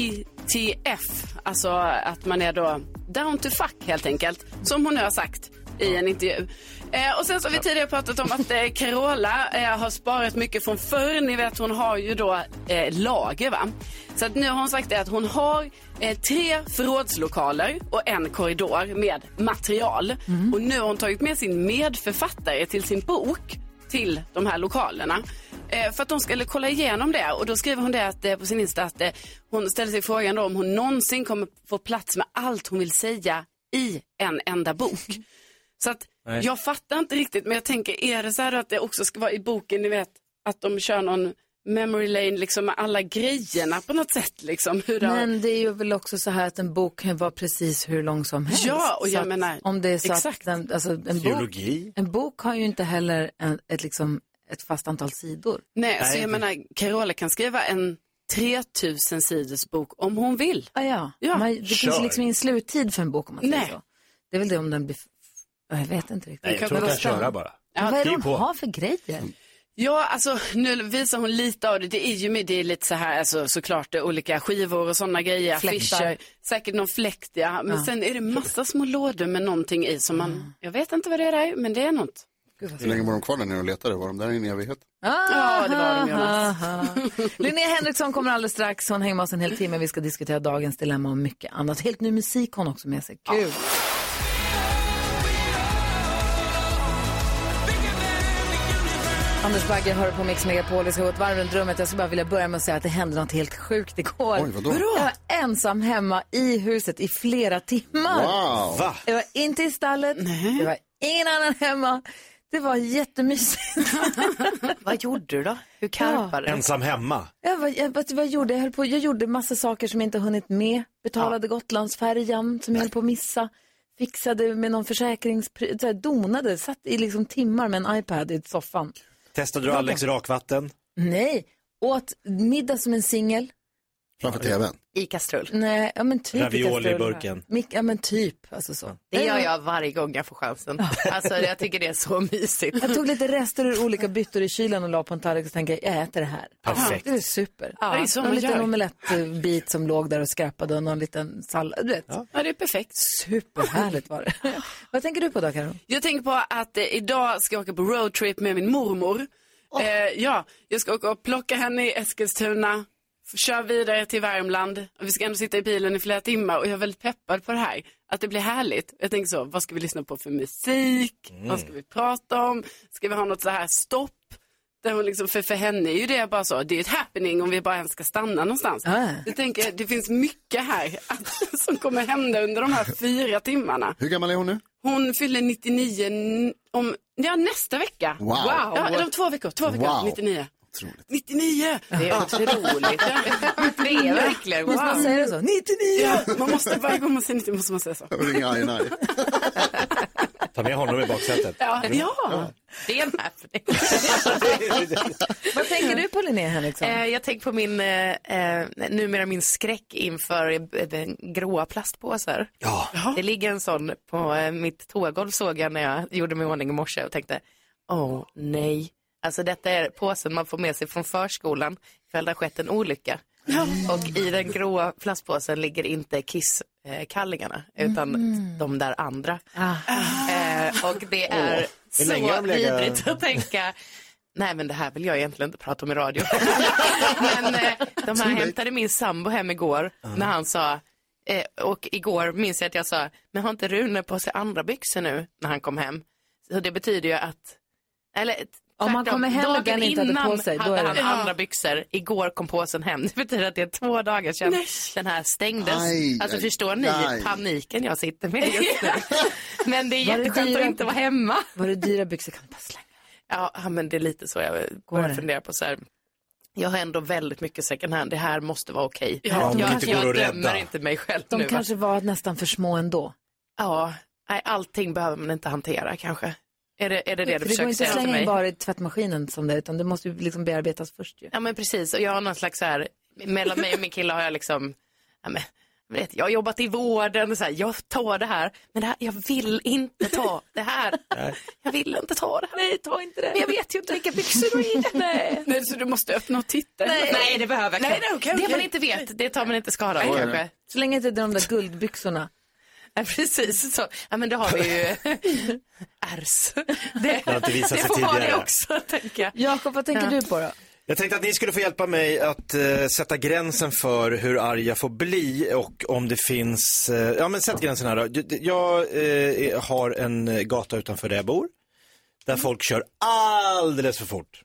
Speaker 9: DTF. Alltså att man är då down to fuck helt enkelt. Som hon nu har sagt i en intervju. Eh, och sen så har vi tidigare pratat om att eh, Carola eh, har sparat mycket från förr. Ni vet hon har ju då eh, lager va. Så att nu har hon sagt det att hon har eh, tre förrådslokaler och en korridor med material. Och nu har hon tagit med sin medförfattare till sin bok till de här lokalerna. Eh, för att de skulle kolla igenom det och då skriver hon det att, eh, på sin Insta att eh, hon ställer sig frågan då om hon någonsin kommer få plats med allt hon vill säga i en enda bok. Så att
Speaker 17: Nej.
Speaker 9: jag fattar inte riktigt men jag tänker är det så här då att det också ska vara i boken, ni vet att de kör någon memory lane liksom med alla grejerna på något sätt liksom. Hur det har-
Speaker 4: Men det är ju väl också så här att en bok kan vara precis hur lång som helst.
Speaker 9: Ja, och jag
Speaker 4: Så att
Speaker 9: menar,
Speaker 4: Om det är så
Speaker 9: exakt.
Speaker 4: att den, alltså, en, bok,
Speaker 9: Teologi.
Speaker 4: en bok har ju inte heller en, ett, liksom, ett fast antal sidor.
Speaker 9: Nej, så jag menar Carola kan skriva en 3000 sidors bok om hon vill.
Speaker 4: Ah, ja.
Speaker 9: Ja.
Speaker 4: Man, det finns
Speaker 9: Kör.
Speaker 4: ju liksom ingen sluttid för en bok om man
Speaker 9: Nej.
Speaker 4: säger så. Det är väl det om den blir... Ja, Jag vet inte riktigt.
Speaker 9: Nej, jag tror hon
Speaker 4: Men
Speaker 9: kan
Speaker 4: vad
Speaker 9: köra
Speaker 4: stan-
Speaker 9: bara.
Speaker 4: Men
Speaker 9: Ja,
Speaker 4: vad är
Speaker 9: skriv
Speaker 4: det
Speaker 9: på.
Speaker 4: hon har för grejer?
Speaker 9: Ja, alltså nu visar hon lite av det. Det är ju med, det är lite så här, alltså, såklart eh, olika skivor och sådana grejer,
Speaker 4: Fläktar.
Speaker 9: affischer. Säkert någon fläkt, ja. Men
Speaker 4: Ja.
Speaker 9: sen är det massa små lådor med någonting i som man, jag vet inte vad det är där, men det är något.
Speaker 8: Hur länge var de kvar där nere och letade? Var de där i en evighet?
Speaker 18: Ah,
Speaker 4: Ah,
Speaker 9: Ja, det var de, Jonas.
Speaker 4: Aha. Linnea Henriksson kommer alldeles strax. Hon hänger med oss en hel timme. Vi ska diskutera dagens dilemma och mycket annat. Helt ny musik har hon också med sig. Kul! Anders Bagge hör på Mix Megapol. Vi ska gå ett varv runt rummet. Jag skulle bara vilja börja med att säga att det hände något helt sjukt igår.
Speaker 18: Oj, vadå?
Speaker 4: Jag var ensam hemma i huset i flera timmar.
Speaker 18: Wow. Va?
Speaker 4: Jag var inte i stallet. Det var ingen annan hemma. Det var jättemysigt.
Speaker 18: Vad gjorde du då? Hur
Speaker 4: karpade du?
Speaker 6: Ensam hemma.
Speaker 4: Jag, var, jag, vet du vad jag gjorde? Jag, höll på, jag gjorde massa saker som jag inte hunnit med. Betalade Gotlandsfärjan som jag höll på att missa. Fixade med någon försäkringspris. så här, Donade, satt i liksom timmar med en iPad i soffan.
Speaker 6: Testade du Alex rakvatten?
Speaker 4: Nej, åt middag som en singel.
Speaker 8: Framför tvn?
Speaker 18: I kastrull.
Speaker 4: Nej, ja men typ.
Speaker 6: Ravioli i
Speaker 4: kastrull.
Speaker 6: burken.
Speaker 4: Mik- Ja men typ, alltså så.
Speaker 18: Det gör jag varje gång jag får chansen. Alltså jag tycker det är så mysigt.
Speaker 4: Jag tog lite rester ur olika byttor i kylen och la på en tallrik och tänkte jag äter det här.
Speaker 18: Perfekt.
Speaker 4: Det är super.
Speaker 18: Ja, det är så
Speaker 4: någon
Speaker 18: man
Speaker 4: liten
Speaker 18: gör.
Speaker 4: omelettbit som låg där och skrappade och någon liten sallad. Du vet.
Speaker 9: Ja, det är perfekt.
Speaker 4: Superhärligt var det. Vad tänker du på då Karo?
Speaker 9: Jag tänker på att eh, idag ska jag åka på roadtrip med min mormor. Eh, ja, jag ska åka och plocka henne i Eskilstuna, f- köra vidare till Värmland. Och Vi ska ändå sitta i bilen i flera timmar och jag är väldigt peppad på det här. Att det blir härligt. Jag tänker så, vad ska vi lyssna på för musik?
Speaker 18: Mm.
Speaker 9: Vad ska vi prata om? Ska vi ha något så här stopp? Där hon liksom, för, för henne är ju det bara så, det är ett happening om vi bara ens ska stanna någonstans.
Speaker 4: Ah.
Speaker 9: Jag tänker, det finns mycket här att, som kommer hända under de här fyra timmarna.
Speaker 8: Hur gammal är hon nu?
Speaker 9: Hon fyller 99 n- om, ja nästa vecka.
Speaker 8: Wow.
Speaker 9: Ja, eller om två veckor, två veckor,
Speaker 8: Wow.
Speaker 9: 99. 99!
Speaker 18: Det är otroligt. Det är verkligen
Speaker 9: Måste man
Speaker 18: wow.
Speaker 4: säga det så? 99!
Speaker 9: Ja, man måste, varje gång man säger 99 måste man säga så.
Speaker 8: Ringa INI.
Speaker 6: Ta med honom i baksätet. Mm.
Speaker 9: Ja, ja.
Speaker 18: Det är en happening.
Speaker 4: Vad tänker du på Linnea Henriksson?
Speaker 18: Eh, jag tänker på min, eh, eh, numera min skräck inför eh, den gråa plastpåsar. Det ligger en sån på eh, mitt tågolv såg jag när jag gjorde mig i ordning i morse och tänkte, åh nej. Alltså detta är påsen man får med sig från förskolan ifall det har skett en olycka. Och i den gråa plastpåsen ligger inte Kiss-kallingarna utan de där andra. Eh, och det är
Speaker 4: Åh, hur
Speaker 18: så
Speaker 4: länge har de legat-
Speaker 18: vidrigt att tänka Nej men det här vill jag egentligen inte prata om i radio. men eh, de här hämtade min sambo hem igår när han sa, eh, och igår minns jag att jag sa, men har inte Rune på sig andra byxor nu när han kom hem? Så det betyder ju att, eller
Speaker 4: Om han
Speaker 18: tvärtom,
Speaker 4: kommer hem och
Speaker 18: dagen
Speaker 4: han inte hade
Speaker 18: innan
Speaker 4: på sig, då
Speaker 18: hade
Speaker 4: är
Speaker 18: han
Speaker 4: det-
Speaker 18: andra byxor, igår kom påsen hem. Det betyder att det är två dagar sedan den här stängdes.
Speaker 4: Aj,
Speaker 18: alltså
Speaker 4: aj,
Speaker 18: förstår ni
Speaker 4: aj.
Speaker 18: paniken jag sitter med just nu? men det är
Speaker 4: Var det
Speaker 18: jätteskönt att
Speaker 4: dyra-
Speaker 18: inte vara hemma.
Speaker 4: Var det dyra byxor kan du bara slänga.
Speaker 18: Ja, ja, men det är lite så jag börjar fundera på så här. Jag har ändå väldigt mycket second hand. Det här måste vara okej.
Speaker 4: Ja, de
Speaker 18: jag
Speaker 4: kanske
Speaker 18: jag
Speaker 4: går att
Speaker 18: dömer
Speaker 4: rädda.
Speaker 18: inte mig själv
Speaker 4: De
Speaker 18: nu. va?
Speaker 4: kanske var nästan för små ändå.
Speaker 18: Ja, nej, allting behöver man inte hantera kanske. Är det är det, det du
Speaker 4: För det går
Speaker 18: försöker
Speaker 4: inte
Speaker 18: säga
Speaker 4: att
Speaker 18: till
Speaker 4: slänga
Speaker 18: mig?
Speaker 4: in bara i tvättmaskinen som det, utan det måste ju liksom bearbetas först ju.
Speaker 18: Ja, men precis. Och jag har någon slags så här, mellan mig och min kille har jag liksom, ja, men, jag vet, jag har jobbat i vården och så här, jag tar det här, men det här, jag vill inte ta det här. Jag vill inte ta det här. Nej, ta inte det. Men jag vet ju inte vilka byxor du är i. Nej.
Speaker 9: Nej, så du måste öppna och titta.
Speaker 18: Nej, nej, det behöver jag
Speaker 9: Nej,
Speaker 18: knappt.
Speaker 9: nej, okej,
Speaker 18: Det
Speaker 9: okej.
Speaker 18: man inte vet, det tar man inte skada
Speaker 4: Nej,
Speaker 18: av
Speaker 4: nej.
Speaker 18: kanske.
Speaker 4: Så länge inte det är de där guldbyxorna.
Speaker 18: Ja, precis, så. Ja, men då har vi ju ärrs. Det,
Speaker 6: Det har inte visat
Speaker 18: det
Speaker 6: sig
Speaker 18: får vara det
Speaker 6: tidigare.
Speaker 18: också, tänker jag.
Speaker 4: Jakob, vad tänker du på då?
Speaker 6: Jag tänkte att ni skulle få hjälpa mig att eh, sätta gränsen för hur arg jag får bli och om det finns, eh, ja men sätt gränsen här då. Du- du- Jag eh, har en eh, gata utanför där jag bor, där folk kör alldeles för fort.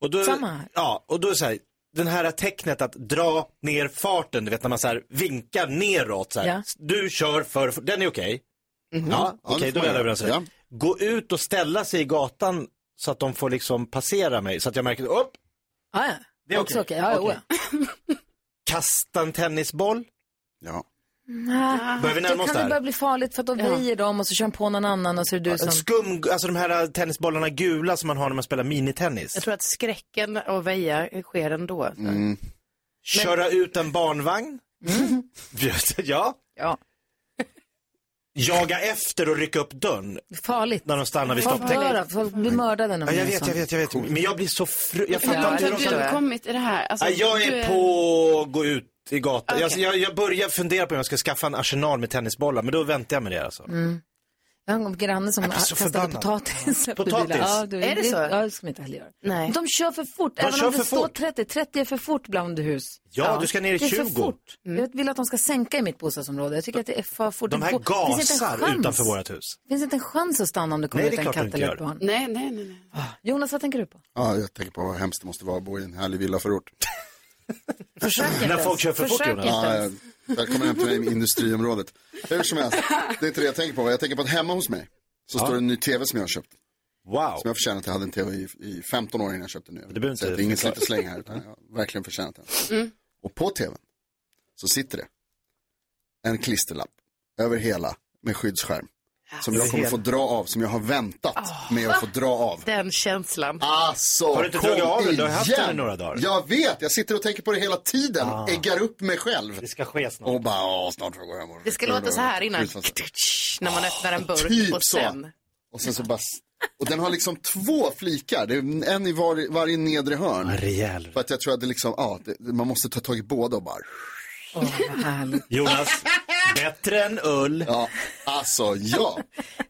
Speaker 6: Och då,
Speaker 4: Samma här.
Speaker 6: Ja, och då är det så här, den här tecknet att dra ner farten, du vet när man så här vinkar neråt så här.
Speaker 4: Ja.
Speaker 6: Du kör för fort, den är okej.
Speaker 4: Mhm.
Speaker 6: Ja,
Speaker 4: Ja, det
Speaker 6: okej, då
Speaker 4: får
Speaker 6: är
Speaker 4: man
Speaker 6: vi alla
Speaker 4: göra.
Speaker 6: överens. om det.
Speaker 4: Ja.
Speaker 6: Gå ut och ställa sig i gatan så att de får liksom passera mig, så att jag märker, upp,
Speaker 4: Ja, ja.
Speaker 6: det är
Speaker 4: Också
Speaker 6: okej.
Speaker 4: okej. Ja,
Speaker 6: Okej. Kasta en tennisboll. Ja.
Speaker 4: Ja.
Speaker 6: Börjar vi närma
Speaker 4: Ah. Då
Speaker 6: oss
Speaker 4: kan det
Speaker 6: där?
Speaker 4: börja bli farligt för att då väjer de och så kör de på någon annan och så är det du som...
Speaker 6: Skum, alltså de här tennisbollarna gula som man har när man spelar minitennis.
Speaker 18: Jag tror att skräcken och väja sker ändå.
Speaker 6: Köra ut en barnvagn. ja.
Speaker 4: ja.
Speaker 6: Jaga efter och rycka upp dörren.
Speaker 4: Farligt.
Speaker 6: När de stannar vid
Speaker 4: Folk dör,
Speaker 6: stopptecknet.
Speaker 4: av- folk blir mördade när
Speaker 6: Ja,
Speaker 4: de
Speaker 6: jag
Speaker 4: gör
Speaker 6: vet, jag
Speaker 4: sånt.
Speaker 6: vet, jag vet. Men jag blir så fru... Jag
Speaker 9: Hur
Speaker 6: fattar
Speaker 9: långt
Speaker 6: inte hur de
Speaker 9: har du
Speaker 6: ska...
Speaker 9: kommit i det här? Alltså,
Speaker 6: Ja, jag
Speaker 9: du
Speaker 6: är på att gå ut i gatan. Jag, jag, jag börjar fundera på om jag ska skaffa en arsenal med tennisbollar, men då väntar jag med det alltså.
Speaker 4: Mm. Jag har en granne som
Speaker 6: blir så
Speaker 4: kastade
Speaker 6: förbannad.
Speaker 4: potatis. efter
Speaker 6: Potatis?
Speaker 4: bilar. Ja, du,
Speaker 6: Är det så?
Speaker 4: Ja, det ska man inte heller göra.
Speaker 18: Nej.
Speaker 4: De kör för fort,
Speaker 6: De
Speaker 4: även
Speaker 6: kör
Speaker 4: om det
Speaker 6: för
Speaker 4: står
Speaker 6: fort.
Speaker 4: 30. 30 är för fort bland hus.
Speaker 6: Ja, du ska ner i
Speaker 4: Det är för
Speaker 6: 20.
Speaker 4: fort.
Speaker 9: Mm.
Speaker 4: Jag vill att de ska sänka i mitt bostadsområde. Jag tycker att det är för fort.
Speaker 6: De här
Speaker 4: Det finns inte en
Speaker 6: gasar
Speaker 4: chans.
Speaker 6: utanför vårt hus.
Speaker 4: Det finns inte en chans att stanna om det kommer
Speaker 6: Nej,
Speaker 4: ut
Speaker 6: det är
Speaker 4: en
Speaker 6: klart de
Speaker 4: katt
Speaker 6: inte
Speaker 4: eller
Speaker 6: gör.
Speaker 4: ett barn.
Speaker 9: Nej, nej, nej. nej.
Speaker 4: Jonas, vad tänker du på?
Speaker 8: Ja, jag tänker på vad hemskt det måste vara att bo i en härlig villaförort.
Speaker 4: Försök inte
Speaker 8: När
Speaker 4: ens.
Speaker 8: folk kör för fort,
Speaker 4: Försök
Speaker 8: Jonas.
Speaker 4: inte ens.
Speaker 8: Ja, välkommen hem till mig i industriområdet. Hur som helst, det är inte det jag tänker på. Jag tänker på att hemma hos mig så står det en ny tv som jag har köpt.
Speaker 6: Wow.
Speaker 8: Som jag förtjänat. Jag hade en tv i, i 15 år innan jag köpte den nya.
Speaker 6: Det behöver
Speaker 8: så
Speaker 6: inte
Speaker 8: det är ingen
Speaker 6: förklara.
Speaker 8: slit och släng här, utan jag har verkligen förtjänat den.
Speaker 9: Mm.
Speaker 8: Och på tvn så sitter det en klisterlapp över hela med skyddsskärm. Som jag kommer få dra av, som jag har väntat med att få dra av.
Speaker 18: Den känslan.
Speaker 8: Alltså,
Speaker 6: Har du inte
Speaker 8: kom
Speaker 6: dragit av den? Du har haft
Speaker 8: igen.
Speaker 6: den i några dagar.
Speaker 8: Jag vet, jag sitter och tänker på det hela tiden. Äggar upp mig själv. Det
Speaker 6: ska ske snart.
Speaker 8: Och bara, åh, snart får jag gå hem och...
Speaker 18: Det ska låta så här innan. När man öppnar en burk
Speaker 8: Typ
Speaker 18: och
Speaker 8: så.
Speaker 18: sen.
Speaker 8: Och sen så bara... Och den har liksom två flikar. Det är en i var, varje nedre hörn.
Speaker 6: Rejäl.
Speaker 8: För att jag tror att det liksom, ja, det, man måste ta tag i båda och bara...
Speaker 6: Jonas, bättre än ull.
Speaker 8: Ja, alltså ja.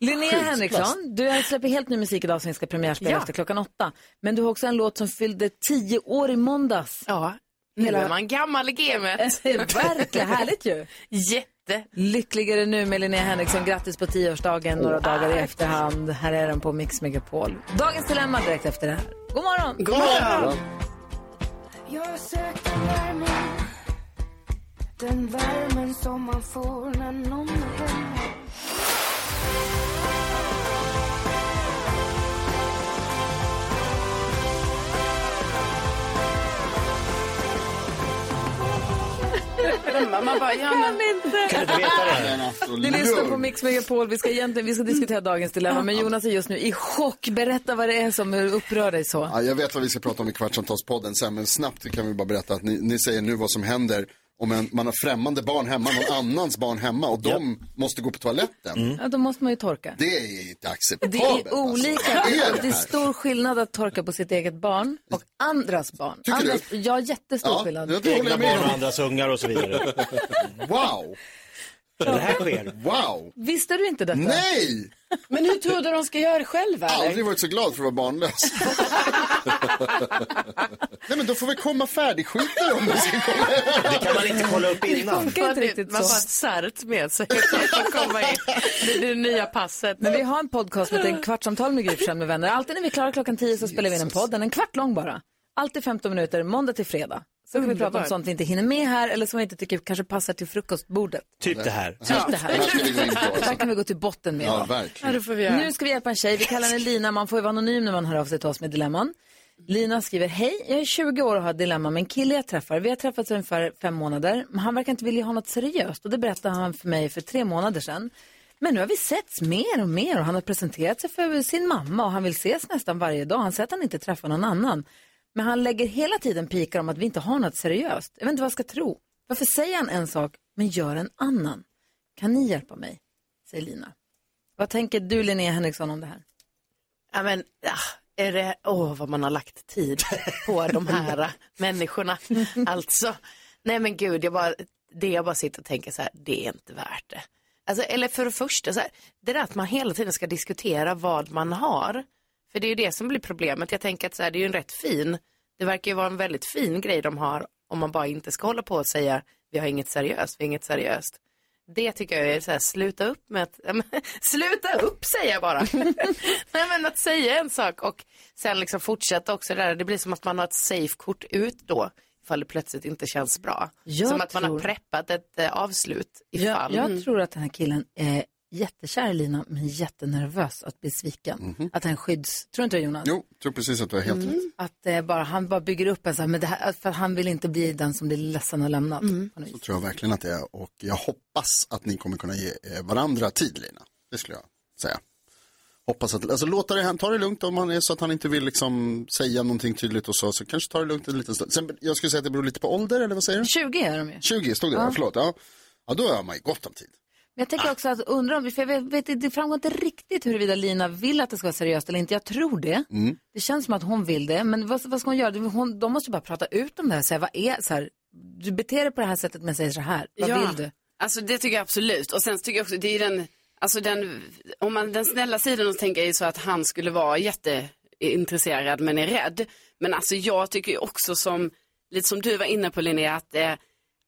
Speaker 4: Linnea
Speaker 8: Skitplast.
Speaker 4: Henriksson, du släpper helt ny musik idag som vi ska premiärspela
Speaker 18: Ja.
Speaker 4: efter klockan åtta. Men du har också en låt som fyllde tio år i måndags.
Speaker 18: Ja, Nu är man gammal i gamet.
Speaker 4: Verkligen, härligt ju.
Speaker 18: Jätte.
Speaker 4: Lyckligare nu med Linnea Henriksson. Grattis på tioårsdagen några dagar i efterhand. Här är den på Mix Megapol. Dagens Dilemma direkt efter det här. God morgon!
Speaker 12: God morgon!
Speaker 17: Jag sökte värmen Den värmen som man får när någon är hemma
Speaker 9: Man bara, ja, men...
Speaker 4: Kan
Speaker 9: inte veta det?
Speaker 8: alltså,
Speaker 4: Du lyssnar på Mix Megapol. Vi ska, egentligen, vi ska diskutera dagens dilemma, men Jonas är just nu i chock. Berätta vad det är som upprör dig så.
Speaker 8: Ja, jag vet vad vi ska prata om i Kvartsamtalspodden sen, men snabbt kan vi bara berätta att ni, ni säger nu vad som händer om en, man har främmande barn hemma, någon annans barn hemma och de måste gå på toaletten.
Speaker 6: Mm.
Speaker 4: Ja, då måste man ju torka.
Speaker 8: Det är inte
Speaker 4: Det
Speaker 8: acceptabelt.
Speaker 4: är
Speaker 6: alltså.
Speaker 4: olika.
Speaker 8: Vad är det
Speaker 4: Det
Speaker 8: här?
Speaker 4: är stor skillnad att torka på sitt eget barn och andras barn.
Speaker 6: Tycker du?
Speaker 4: andras, Ja, jättestor
Speaker 6: Ja,
Speaker 4: skillnad.
Speaker 6: Egna barn och andras ungar och så vidare.
Speaker 8: Wow!
Speaker 6: Det här sker.
Speaker 8: Wow!
Speaker 4: Visste du inte detta?
Speaker 8: Nej!
Speaker 9: Men hur tror du de ska göra det själva? eller?
Speaker 8: Aldrig varit så glad för att vara barnlös. Nej men då får vi komma färdigskitade om vi ska komma
Speaker 6: Det kan man inte kolla upp innan.
Speaker 18: Man får- Man får ett cert med sig. Man kommer in. Det är det nya passet.
Speaker 4: Men vi har en podcast som heter En kvartsamtal med Gry Forssell med vänner. Alltid när vi är klara klockan tio så spelar vi in en podd. Den är en kvart lång bara. Alltid 15 minuter, måndag till fredag. Så kan vi prata om
Speaker 18: Underbart.
Speaker 4: sånt vi inte hinner med här eller som vi inte tycker kanske passar till frukostbordet.
Speaker 6: Typ det här.
Speaker 4: Typ det här.
Speaker 6: Det här ska vi gå in på,
Speaker 4: Det
Speaker 6: alltså.
Speaker 4: här kan vi gå till botten med.
Speaker 6: Ja,
Speaker 4: då.
Speaker 6: verkligen.
Speaker 18: Ja, det får vi göra.
Speaker 4: Nu ska vi hjälpa en tjej. Vi kallar henne Lina. Man får ju vara anonym när man hör av sig till oss med dilemman. Lina skriver, hej, jag är 20 år och har ett dilemma med en kille jag träffar. Vi har träffats i ungefär fem månader. men Han verkar inte vilja ha något seriöst och det berättade han för mig för tre månader sedan. Men nu har vi setts mer och mer och han har presenterat sig för sin mamma och han vill ses nästan varje dag. Han säger att han inte träffar någon annan. Men han lägger hela tiden pikar om att vi inte har något seriöst. Jag vet inte vad jag ska tro. Varför säger han en sak men gör en annan? Kan ni hjälpa mig? Säger Lina. Vad tänker du Linnea Henriksson om det här?
Speaker 18: Ja, men, ah, är det, åh vad man har lagt tid på de här ah, människorna. Alltså, nej men gud, jag bara, det jag bara sitter och tänker så här, det är inte värt det. Alltså, eller för det första, så här, det där att man hela tiden ska diskutera vad man har. För det är ju det som blir problemet. Jag tänker att så här, det är ju en rätt fin, det verkar ju vara en väldigt fin grej de har om man bara inte ska hålla på och säga vi har inget seriöst, vi har inget seriöst. Det tycker jag är så här, sluta upp med att, ja, men, sluta upp säger jag bara. Nej men att säga en sak och sen liksom fortsätta också det där, det blir som att man har ett safe-kort ut då, ifall det plötsligt inte känns bra.
Speaker 4: Jag
Speaker 18: som att man har
Speaker 4: tror-
Speaker 18: preppat ett eh, avslut
Speaker 4: Jag,
Speaker 18: ifall. Mm.
Speaker 4: jag tror att den här killen är jättekär i Lina men jättenervös att bli sviken. Att han skydds, tror inte du Jonas?
Speaker 8: Mhm. Jo, jag tror precis att du har helt rätt.
Speaker 4: Att eh, bara, han bara bygger upp en så här, men det här, för han vill inte bli den som blir ledsen och lämnad. på något vis.
Speaker 8: Så tror jag verkligen att det är och jag hoppas att ni kommer kunna ge eh, varandra tid Lina. Det skulle jag säga. Hoppas att, alltså låta det hem, ta det lugnt om han är så att han inte vill liksom säga någonting tydligt och så, så kanske ta det lugnt en liten stund. Sen, jag skulle säga att det beror lite på ålder eller vad säger du?
Speaker 4: 20 är de ju.
Speaker 8: 20, stod det
Speaker 4: Ja.
Speaker 8: där, förlåt. Ja. ja, då har man ju gott om tid.
Speaker 4: Men jag tänker också att undra om, för jag vet, vet, det framgår inte riktigt huruvida Lina vill att det ska vara seriöst eller inte. Jag tror det.
Speaker 8: Mm.
Speaker 4: Det känns som att hon vill det, men vad, vad ska hon göra? Det- Hon, de måste ju bara prata ut om det här. Säga, vad är, så här, du beter dig på det här sättet men säger så här. Vad
Speaker 9: Ja.
Speaker 4: vill du?
Speaker 9: Alltså det tycker jag absolut. Och sen tycker jag också, det är ju den, alltså den, om man, den snälla sidan och tänker är ju så att han skulle vara jätteintresserad men är rädd. Men alltså jag tycker ju också som, lite som du var inne på Linnea, att eh,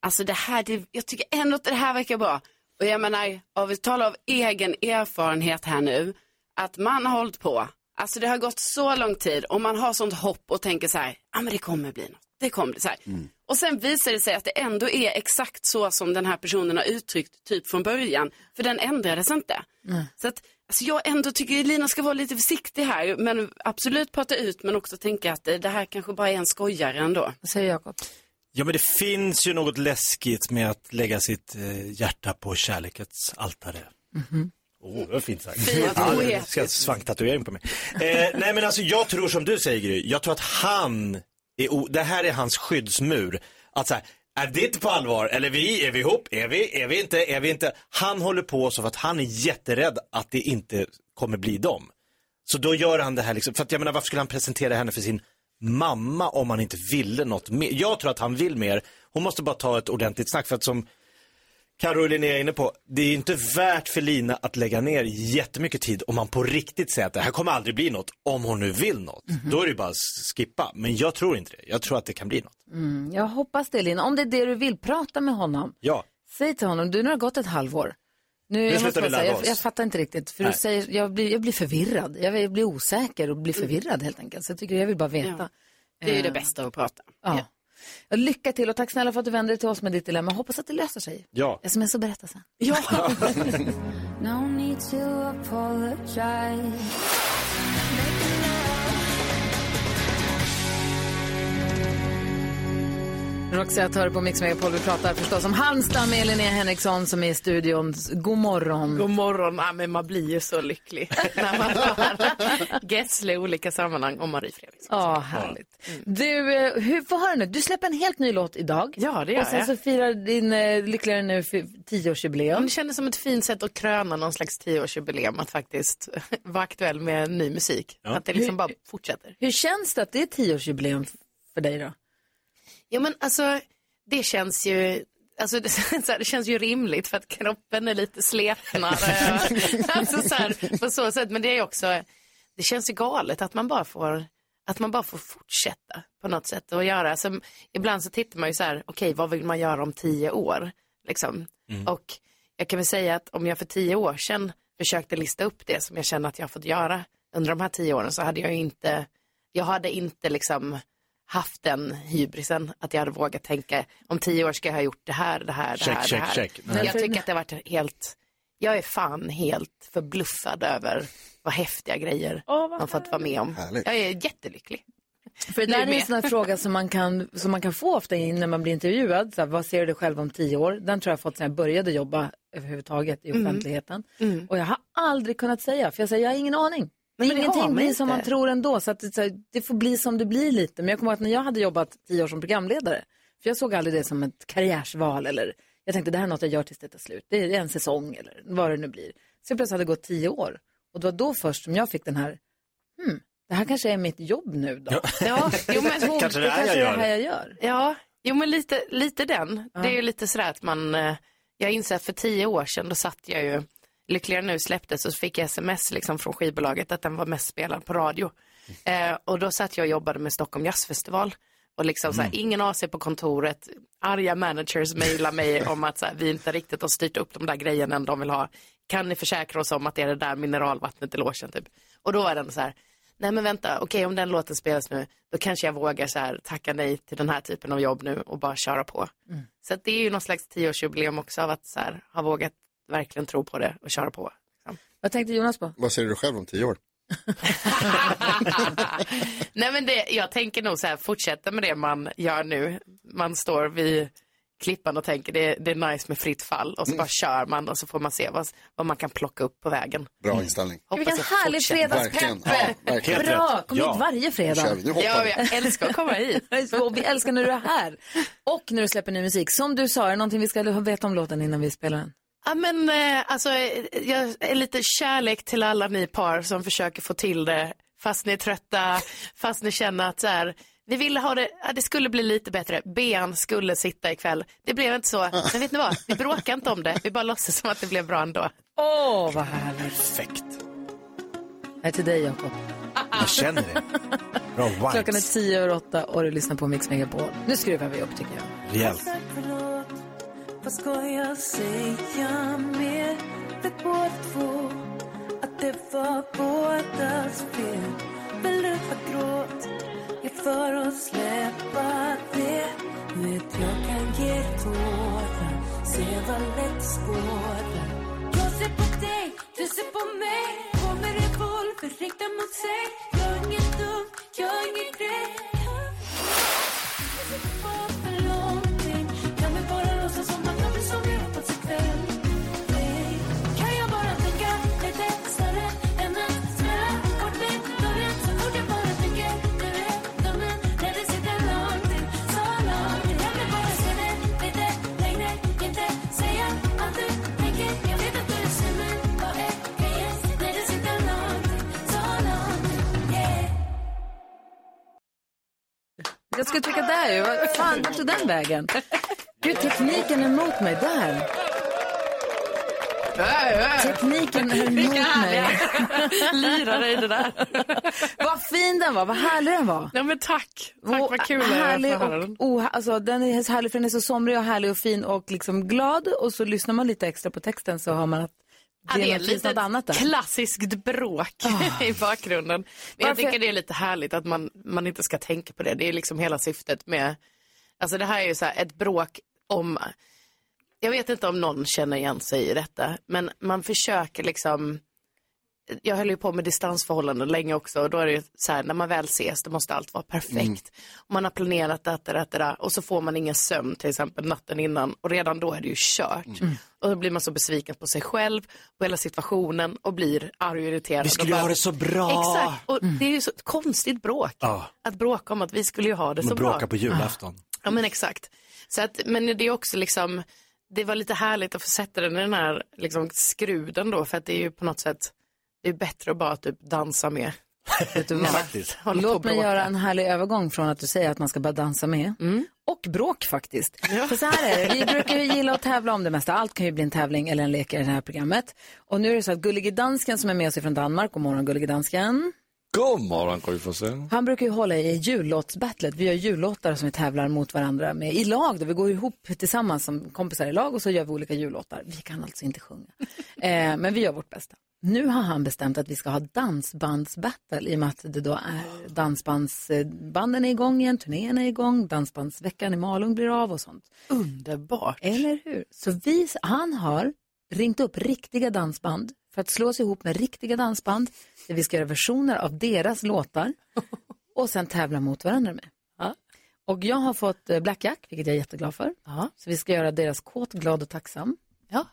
Speaker 9: alltså det här, det, jag tycker ändå att det här verkar bra. Och jag menar, om vi talar av egen erfarenhet här nu, att man har hållit på, alltså det har gått så lång tid och man har sånt hopp och tänker så här, ja ah, men det kommer bli något, det kommer bli så här. Och sen visar det sig att det ändå är exakt så som den här personen har uttryckt typ från början. För den ändrades inte.
Speaker 4: Mm.
Speaker 9: Så att, alltså jag ändå tycker Lina ska vara lite försiktig här. Men absolut prata ut men också tänka att eh, det här kanske bara är en skojare ändå.
Speaker 4: Vad säger Jakob?
Speaker 6: Ja, men det finns ju något läskigt med att lägga sitt eh, hjärta på kärlekens altare. Åh, det var fint sagt.
Speaker 16: Fint
Speaker 6: Ja,
Speaker 16: och
Speaker 6: det
Speaker 16: etiskt.
Speaker 6: ska svanktatuering på mig. Eh, nej, men alltså jag tror som du säger Gry, jag tror att han, är o- det här är hans skyddsmur. Att så här, är det inte på allvar? Eller vi, är vi ihop? Är vi, är vi inte, är vi inte? Han håller på så för att han är jätterädd att det inte kommer bli dem. Så då gör han det här liksom, för att jag menar varför skulle han presentera henne för sin mamma om han inte ville något mer? Jag tror att han vill mer. Hon måste bara ta ett ordentligt snack för att som Carro och Linnea är inne på, det är ju inte värt för Lina att lägga ner jättemycket tid om man på riktigt säger att det här kommer aldrig bli något, om hon nu vill något.
Speaker 4: Mhm.
Speaker 6: Då är det ju bara att skippa, men jag tror inte det. Jag tror att det kan bli något.
Speaker 4: Mm, jag hoppas det Lina. Om det är det du vill, prata med honom.
Speaker 6: Ja,
Speaker 4: Säg till honom, du nu har det gått ett halvår. Nu,
Speaker 6: Nu
Speaker 4: jag, måste
Speaker 6: slutar vi
Speaker 4: bara säga,
Speaker 6: ladda
Speaker 4: jag,
Speaker 6: oss.
Speaker 4: jag fattar inte riktigt. För du
Speaker 6: Nej.
Speaker 4: säger, jag, blir, jag blir förvirrad. Jag, jag blir osäker och blir förvirrad helt enkelt. Så jag, tycker, jag vill bara veta.
Speaker 9: Det är ju det
Speaker 4: Eh,
Speaker 9: bästa att prata.
Speaker 4: Ja. Lycka till och tack snälla för att du vände dig till oss med ditt dilemma. Hoppas att det löser sig.
Speaker 6: Ja.
Speaker 4: Sms och berätta sen.
Speaker 17: No need to apologize.
Speaker 4: Roxette hör på Mix Megapol. Vi pratar förstås om Halmstad med Linnea Henriksson som är i studion. God morgon.
Speaker 18: Ah, God morgon, ja, men man blir ju så lycklig när man hör Gessle i olika sammanhang och Marie Fredriksson.
Speaker 4: Ja, härligt. Du, eh, hur, vad har du nu? Du släpper en helt ny låt idag.
Speaker 18: Ja, det gör
Speaker 4: Och sen
Speaker 18: jag.
Speaker 4: så firar din eh, lyckligare nu för
Speaker 18: Ja, men
Speaker 4: tioårsjubileum.
Speaker 18: Det kändes som ett fint sätt att kröna någon slags tioårsjubileum att faktiskt vara aktuell med ny musik. Att det liksom bara fortsätter.
Speaker 4: Hur känns det att det är tioårsjubileum f- för dig då?
Speaker 18: Ja men alltså, det känns ju, alltså det, så här, det känns ju rimligt för att kroppen är lite slepnare. alltså så här, på så sätt. Men det är ju också, det känns ju galet att man bara får, att man bara får fortsätta på något sätt och göra. Alltså, ibland så tittar man ju så här, okej vad vill man göra om tio år? Liksom.
Speaker 4: Mm.
Speaker 18: Och jag kan väl säga att om jag för tio år sedan försökte lista upp det som jag känner att jag har fått göra under de här tio åren så hade jag ju inte, jag hade inte liksom haft den hybrisen att jag hade vågat tänka om tio år ska jag ha gjort det här, det här, det
Speaker 6: Check,
Speaker 18: här,
Speaker 6: check,
Speaker 18: det här.
Speaker 6: check.
Speaker 18: Men Jag
Speaker 6: Nej.
Speaker 18: tycker att det har varit helt, jag är fan helt förbluffad över vad häftiga grejer man fått vara med om.
Speaker 4: härligt.
Speaker 18: Jag är jättelycklig.
Speaker 4: För det
Speaker 18: Nu
Speaker 4: där är en
Speaker 18: med.
Speaker 4: sån här fråga som man, kan, som man kan få ofta in när man blir intervjuad. Så här, vad ser du dig själv om tio år? Den tror jag har fått sedan jag började jobba överhuvudtaget i
Speaker 18: Mm.
Speaker 4: offentligheten. Och jag har aldrig kunnat säga, för jag säger jag har ingen aning.
Speaker 18: Nej,
Speaker 4: Men
Speaker 18: det har
Speaker 4: ingenting
Speaker 18: man
Speaker 4: blir
Speaker 18: inte.
Speaker 4: som man tror ändå, så, att, det- så här, det får bli som det blir lite. Men jag kommer ihåg att när jag hade jobbat tio år som programledare, för jag såg aldrig det som ett karriärsval eller jag tänkte det här är något jag gör tills det tar slut, det är en säsong eller vad det nu blir. Så jag plötsligt hade gått tio år och det var då först som jag fick den här, hmm, det här kanske är mitt jobb nu då.
Speaker 18: Ja, jo, men hon,
Speaker 4: Kanske det är Det kanske jag är det gör. här jag gör.
Speaker 18: Ja, jo, men lite, lite den. Det är ju lite sådär att man, eh, jag inser att för tio år sedan då satt jag ju, lyckligare nu släpptes och så fick jag sms liksom från skivbolaget att den var mest spelad på radio. Eh, och då satt jag och jobbade med Stockholm Jazzfestival. Och liksom såhär,
Speaker 4: Mm.
Speaker 18: ingen AC på kontoret, arga managers mejlar mig om att såhär, vi inte riktigt har styrt upp de där grejerna de vill ha. Kan ni försäkra oss om att det är det där mineralvattnet i logen typ? Och då var den så här, nej men vänta, okej om den låten spelas nu, då kanske jag vågar så här, tacka nej till den här typen av jobb nu och bara köra på.
Speaker 4: Mm.
Speaker 18: Så att det är ju någon slags tioårsjubileum också av att så här, ha vågat verkligen tro på det och köra på.
Speaker 4: Vad tänkte Jonas på?
Speaker 8: Vad säger du själv om tio år?
Speaker 18: Nej men det, jag tänker nog så här, fortsätta med det man gör nu. Man står vid klippan och tänker det, det är nice med fritt fall och så bara kör man och så får man se vad, vad man kan plocka upp på vägen. Mm.
Speaker 8: Bra inställning.
Speaker 18: Hoppas
Speaker 4: Vilken
Speaker 18: jag
Speaker 4: härlig
Speaker 18: fortsätter.
Speaker 4: fredagspepp! Bra! Kom hit varje fredag.
Speaker 18: Nu kör vi. Nu hoppar Ja, vi. jag älskar att komma hit.
Speaker 4: och vi älskar när du är här. Och när du släpper ny musik. Som du sa, är det någonting vi ska veta om låten innan vi spelar den?
Speaker 18: Ja men eh, alltså, eh, jag är lite kärlek till alla ni par som försöker få till det fast ni är trötta, fast ni känner att så här, vi ville ha det, ja, det skulle bli lite bättre, ben skulle sitta ikväll. Det blev inte så, men vet ni vad, vi bråkar inte om det, vi bara låtsas som att det blev bra ändå.
Speaker 4: Åh, vad härligt. Perfekt. Här är till dig, Jakob.
Speaker 6: Jag känner det. Bra
Speaker 4: Klockan är tio över åtta och du lyssnar på Mix Megapol. Nu skruvar vi upp, tycker jag.
Speaker 6: Rejält.
Speaker 12: Tack förlåt, vad ska jag säga mer? Vet båda två att det var bådas fel. Vill du ha gråt? Jag för att släppa det. Vet jag kan ge tårar, se vad lätt skådar. Jag ser på dig, du ser på mig. Kommer revolver riktad mot sig. Gör inget dumt, gör inget grej.
Speaker 4: Jag skulle tycka där ju. Vad fan, vart tog den vägen? Gud, tekniken är emot mig. Där. Tekniken är emot
Speaker 18: Vilka
Speaker 4: mig.
Speaker 18: härliga lirare i det där.
Speaker 4: Vad fin den var, vad härlig den var.
Speaker 18: Ja men tack, tack vad kul det är att
Speaker 4: Härlig
Speaker 18: få höra
Speaker 4: och,
Speaker 18: den.
Speaker 4: oh, alltså, den är så härlig för den är så somrig och härlig och fin och liksom glad. Och så lyssnar man lite extra på texten så har man att
Speaker 18: Ja,
Speaker 4: det
Speaker 18: det är
Speaker 4: är något finns
Speaker 18: lite
Speaker 4: något annat där. Ah.
Speaker 18: klassiskt bråk i bakgrunden. Men jag
Speaker 4: Varför-
Speaker 18: tycker det är lite härligt att man, man inte ska tänka på det. Det är liksom hela syftet med, alltså det här är ju så här ett bråk om, jag vet inte om någon känner igen sig i detta, men man försöker liksom jag höll ju på med distansförhållanden länge också och då är det ju så här, när man väl ses då måste allt vara perfekt.
Speaker 8: Mm.
Speaker 18: Och man har planerat detta, detta, detta och så får man ingen sömn till exempel natten innan och redan då är det ju kört.
Speaker 8: Mm.
Speaker 18: Och då blir man så besviken på sig själv, på hela situationen och blir arg och irriterad.
Speaker 6: Vi skulle
Speaker 18: Och
Speaker 6: ju
Speaker 18: bara-
Speaker 6: ha det så bra. Mm.
Speaker 18: Exakt, och det är ju så ett konstigt bråk.
Speaker 6: Ja.
Speaker 18: Att bråka om att vi skulle ju ha det
Speaker 6: Men
Speaker 18: så
Speaker 6: bråka
Speaker 18: bra.
Speaker 6: på julafton.
Speaker 18: Ja men exakt. Så att, men det är också liksom, det var lite härligt att få sätta den i den här liksom, skruden då för att det är ju på något sätt, det är bättre att bara typ dansa med. Vet du vad?
Speaker 6: Faktiskt.
Speaker 18: Hålla på och
Speaker 4: Låt mig
Speaker 18: bråka. Mm.
Speaker 4: göra en härlig övergång från att du säger att man ska bara dansa med. Och bråk faktiskt. För så här är det, vi brukar ju gilla att tävla om det mesta. Allt kan ju bli en tävling eller en lek i det här programmet. Och nu är det så att Gullige Dansken som är med oss från Danmark, god morgon Gullige Dansken.
Speaker 3: God morgon Gry Forssell.
Speaker 4: Han brukar ju hålla i jullåtsbattlet. Vi gör jullåtar som vi tävlar mot varandra med i lag. Då vi går ihop tillsammans som kompisar i lag och så gör vi olika jullåtar. Vi kan alltså inte sjunga. Eh, men vi gör vårt bästa. Nu har han bestämt att vi ska ha dansbandsbattle i och med att det då är dansbandsbanden är igång igen, turnén är igång, dansbandsveckan i Malung blir av och sånt.
Speaker 18: Underbart.
Speaker 4: Eller hur? Så vi, han har ringt upp riktiga dansband för att slå sig ihop med riktiga dansband där vi ska göra versioner av deras låtar och sen tävla mot varandra med. Och jag har fått eh, Black Jack, vilket jag är jätteglad för. Så vi ska göra deras Kåt, glad och tacksam.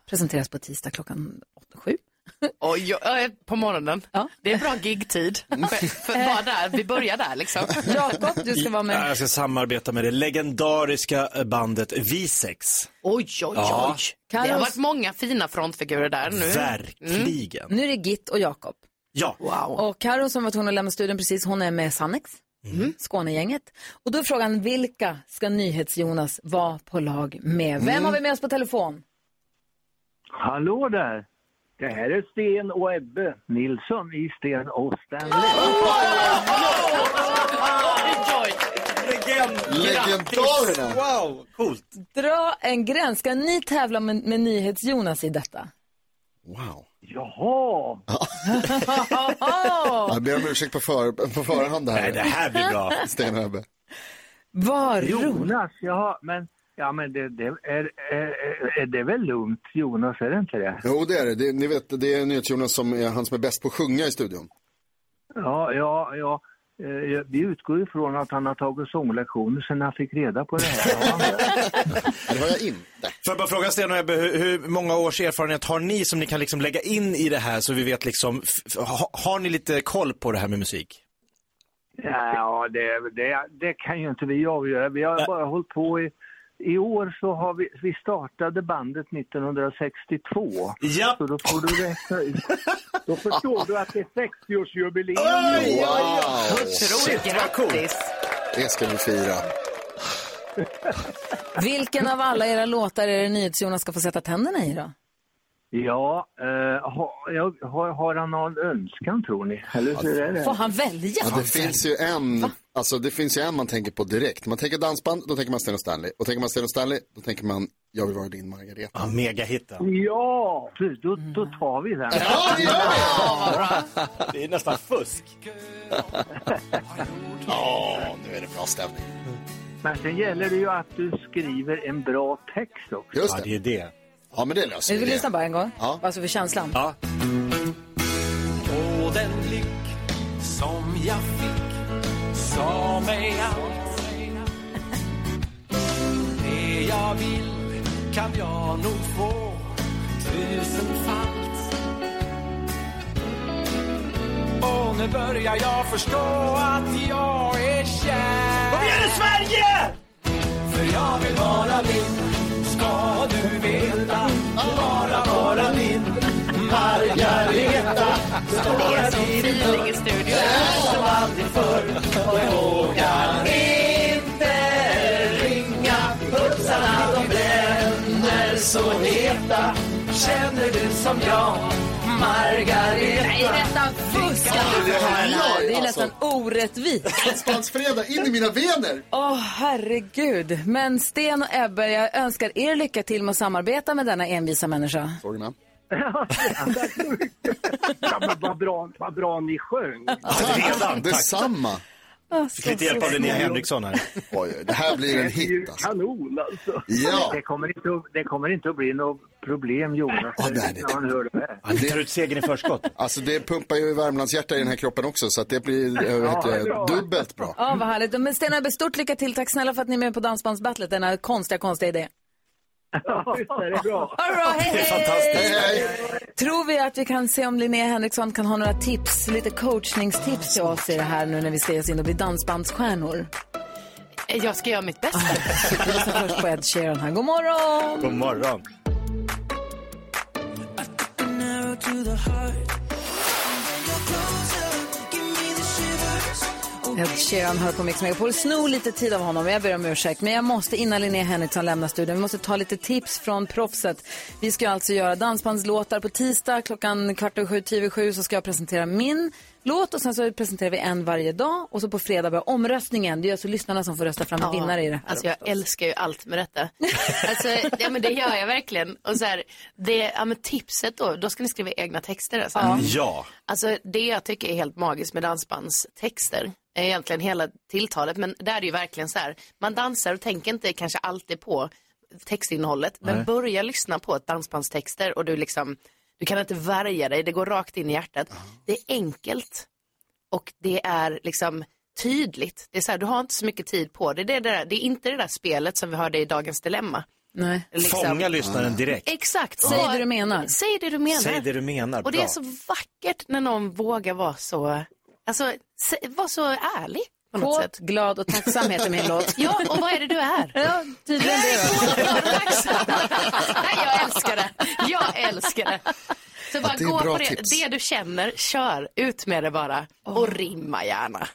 Speaker 4: Presenteras på tisdag klockan åtta, sju.
Speaker 18: Oj, oj, oj, på morgonen. Det är bra gigtid. För, för bara där, vi börjar där liksom.
Speaker 4: Jakob, du ska vara
Speaker 6: Ja, Jag ska samarbeta med det legendariska bandet Visex.
Speaker 18: Oj, oj, oj.
Speaker 6: Ja.
Speaker 18: Det har
Speaker 4: Carlos-
Speaker 18: varit många fina frontfigurer där nu. Mm.
Speaker 6: Verkligen.
Speaker 4: Nu är det Git och Jakob.
Speaker 6: Ja.
Speaker 4: Och Karo som var tvungen att lämna studion precis, hon är med Sannex, Skånegänget. Och då är frågan, vilka ska NyhetsJonas vara på lag med? Vem
Speaker 19: Mm.
Speaker 4: har vi med oss på telefon?
Speaker 19: Hallå där! Det här är Sten och Ebbe Nilsson i Sten och Stanley.
Speaker 8: Legendarerna!
Speaker 6: Wow, coolt!
Speaker 4: Dra en gräns, ska ni tävla med, med NyhetsJonas i detta?
Speaker 8: Wow.
Speaker 19: Jaha!
Speaker 8: Jag ber om ursäkt på, för, på förhand här.
Speaker 19: Nej, det här blir bra.
Speaker 8: Sten och Ebbe.
Speaker 4: Var
Speaker 19: Jonas, jaha, men, ja, men det, det är, är, är det väl lugnt, Jonas, är det inte det?
Speaker 8: Jo, det är det. det ni vet, det är NyhetsJonas som är han som är bäst på att sjunga i studion.
Speaker 19: Ja, ja, ja. Eh, Vi utgår ifrån att han har tagit sånglektioner sen han fick reda på det här.
Speaker 8: Det har jag inte.
Speaker 6: Får jag bara fråga Sten och Ebbe, hur, hur många års erfarenhet har ni som ni kan liksom lägga in i det här så vi vet liksom, f- ha, har ni lite koll på det här med musik?
Speaker 19: Ja, det, det, det kan ju inte vi avgöra. Vi har bara hållit på i... I år så har vi, vi startade bandet 1962.
Speaker 6: Ja.
Speaker 19: Så då får du räkna ut. Då förstår du att det är 60-årsjubileum.
Speaker 8: Oj, oj, oj.
Speaker 19: Otroligt,
Speaker 8: Shit, vad coolt. Det ska vi fira.
Speaker 4: Vilken av alla era låtar är det NyhetsJonas ska få sätta tänderna i då?
Speaker 19: Ja, eh, ha, jag- har, har han någon önskan tror ni? Eller hur är det?
Speaker 4: Får han välja?
Speaker 8: Ja, det finns ju en, alltså det finns ju en man tänker på direkt. Man tänker dansband, då tänker man Sten och Stanley. Och tänker man Sten och Stanley, då tänker man Jag vill vara din Margareta.
Speaker 6: Ja, megahitten.
Speaker 19: Ja, du, då, då tar vi den.
Speaker 8: Ja, det gör
Speaker 6: Det är nästan fusk.
Speaker 8: Ja, nu är det bra stämning.
Speaker 19: Men sen gäller det ju att du skriver en bra text också.
Speaker 8: Just
Speaker 19: det.
Speaker 6: Ja, det är det.
Speaker 8: Ja, men det
Speaker 4: Vi vill lyssna bara en gång.
Speaker 8: Ja.
Speaker 4: Vad så för känslan?
Speaker 6: Ja.
Speaker 15: Och den blick som jag fick sa mig allt Det jag vill kan jag nog få tusenfalt Och nu börjar jag förstå att jag är kär Kom igen Sverige! För jag vill vara din, ska du veta Bara vara din Margareta
Speaker 18: Det är sån feeling i studion.
Speaker 15: som aldrig förr och jag vågar inte ringa Putsarna de bränner så heta Känner du som jag, Margareta?
Speaker 4: Nej, detta fuskar du här. Det är
Speaker 19: alltså.
Speaker 4: nästan orättvist.
Speaker 8: Dansbandsfredag, in i mina vener!
Speaker 4: Åh, herregud. Men Sten och Ebbe, jag önskar er lycka till med att samarbeta med denna envisa människa.
Speaker 8: Sorgerna.
Speaker 19: Ja, men vad, bra, vad bra ni sjöng.
Speaker 8: Redan, Detsamma.
Speaker 4: Ah,
Speaker 6: Fick lite hjälp av Linnea Henriksson här.
Speaker 8: Oj, det här blir en
Speaker 19: Det är
Speaker 8: hit.
Speaker 19: ju kanon alltså.
Speaker 8: Ja.
Speaker 19: Det, kommer inte, att- det kommer inte att bli något problem Jonas.
Speaker 8: Åh, nej, det-
Speaker 19: när han hör det här.
Speaker 8: tar ut segern i förskott. Alltså det pumpar ju Värmlandshjärta i den här kroppen också så att det blir eh, vad heter
Speaker 19: Ja, det är bra.
Speaker 8: det, dubbelt bra.
Speaker 4: Ja, vad härligt. Men Stenarbe, stort lycka till. Tack snälla för att ni är med på Dansbandsbattlet, denna konstiga, konstiga idé.
Speaker 19: Ja, visst är det bra.
Speaker 4: All right, hej,
Speaker 19: Det är
Speaker 4: fantastiskt.
Speaker 19: hej!
Speaker 4: Tror vi att vi kan se om Linnea Henriksson kan ha några tips, lite coachningstips till oss i det här nu när vi ser oss in och blir dansbandsstjärnor?
Speaker 18: eh, Jag ska göra mitt bästa.
Speaker 4: Vi lyssnar först på Ed Sheeran här. God morgon!
Speaker 6: God morgon.
Speaker 4: Ed Sheeran hör på Mix Megapol. Snor lite tid av honom, jag ber om ursäkt. Men jag måste, innan Linnea Henriksson lämnar studion, vi måste ta lite tips från proffset. Vi ska alltså göra dansbandslåtar på tisdag klockan kvart över sju, tio över sju så ska jag presentera min låt och sen så presenterar vi en varje dag och så på fredag börjar omröstningen. Det är alltså lyssnarna som får rösta fram
Speaker 18: Ja,
Speaker 4: vinnare i det här.
Speaker 18: Alltså jag älskar ju allt med detta. Alltså, ja, men det gör jag verkligen. Och så här, det, ja, men tipset då, då ska ni skriva egna texter. Alltså.
Speaker 6: Ja.
Speaker 18: Alltså det jag tycker är helt magiskt med dansbandstexter är egentligen hela tilltalet, men där är det ju verkligen så här, man dansar och tänker inte kanske alltid på textinnehållet, men
Speaker 4: Nej.
Speaker 18: börja lyssna på ett dansbandstexter och du liksom, du kan inte värja dig, det går rakt in i hjärtat. Det är enkelt och det är liksom tydligt. Det är så här, du har inte så mycket tid på dig. Det är, det, där, det är inte det där spelet som vi hörde i Dagens Dilemma.
Speaker 4: Nej.
Speaker 6: Liksom. Fånga lyssnaren direkt.
Speaker 18: Exakt.
Speaker 4: Säg det du menar.
Speaker 18: Säg det du menar.
Speaker 6: Säg det du menar.
Speaker 18: Och det
Speaker 6: Bra.
Speaker 18: är så vackert när någon vågar vara så, alltså, se- vara så ärlig på något
Speaker 4: Kåt,
Speaker 18: sätt.
Speaker 4: glad och tacksam heter min låt.
Speaker 18: Ja, och vad är det du är?
Speaker 4: Ja, tydligen det.
Speaker 18: Nej, jag älskar det. Jag älskar det. Så bara
Speaker 4: det är
Speaker 18: gå
Speaker 4: bra
Speaker 18: på det,
Speaker 4: tips.
Speaker 18: det du känner, kör, ut med det bara. Och rimma gärna.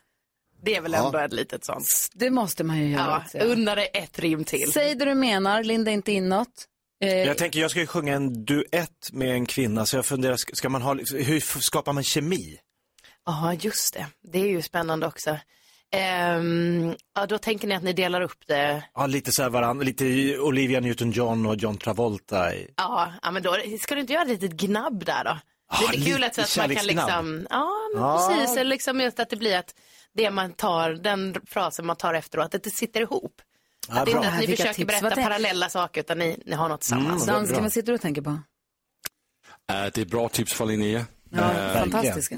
Speaker 18: Det är väl
Speaker 4: Ja.
Speaker 18: ändå ett litet sånt.
Speaker 4: Det måste man ju göra.
Speaker 18: Ja,
Speaker 4: också.
Speaker 18: unna dig ett rim till.
Speaker 4: Säg det du menar, linda inte in något. Eh,
Speaker 6: Jag tänker, jag ska ju sjunga en duett med en kvinna, så jag funderar, ska ska man ha, liksom, hur f- skapar man kemi?
Speaker 18: Ja, just det. Det är ju spännande också. Ehm, ja, då tänker ni att ni delar upp det.
Speaker 6: Ja, lite så här varandra, lite Olivia Newton-John och John Travolta. i-
Speaker 18: Ja, ja, men då ska du inte göra ett litet gnabb där då?
Speaker 6: Ja,
Speaker 18: lite kul
Speaker 6: lite
Speaker 18: att, så att man kan
Speaker 6: kärleksgnabb.
Speaker 18: liksom, ja men
Speaker 6: Ja.
Speaker 18: precis, eller liksom just att det blir att det man tar, den frasen man tar efteråt, att det sitter ihop.
Speaker 4: Ja,
Speaker 18: att det är
Speaker 4: bra.
Speaker 18: inte att ni
Speaker 4: Vilka
Speaker 18: försöker
Speaker 4: tips, vad
Speaker 18: berätta
Speaker 4: det-
Speaker 18: parallella saker, utan ni, ni har något tillsammans.
Speaker 4: Dansken, vad sitter du och tänker på?
Speaker 3: Ja, Eh, det är bra tips från Linnea.
Speaker 4: Ja,
Speaker 3: Eh,
Speaker 4: fantastiska.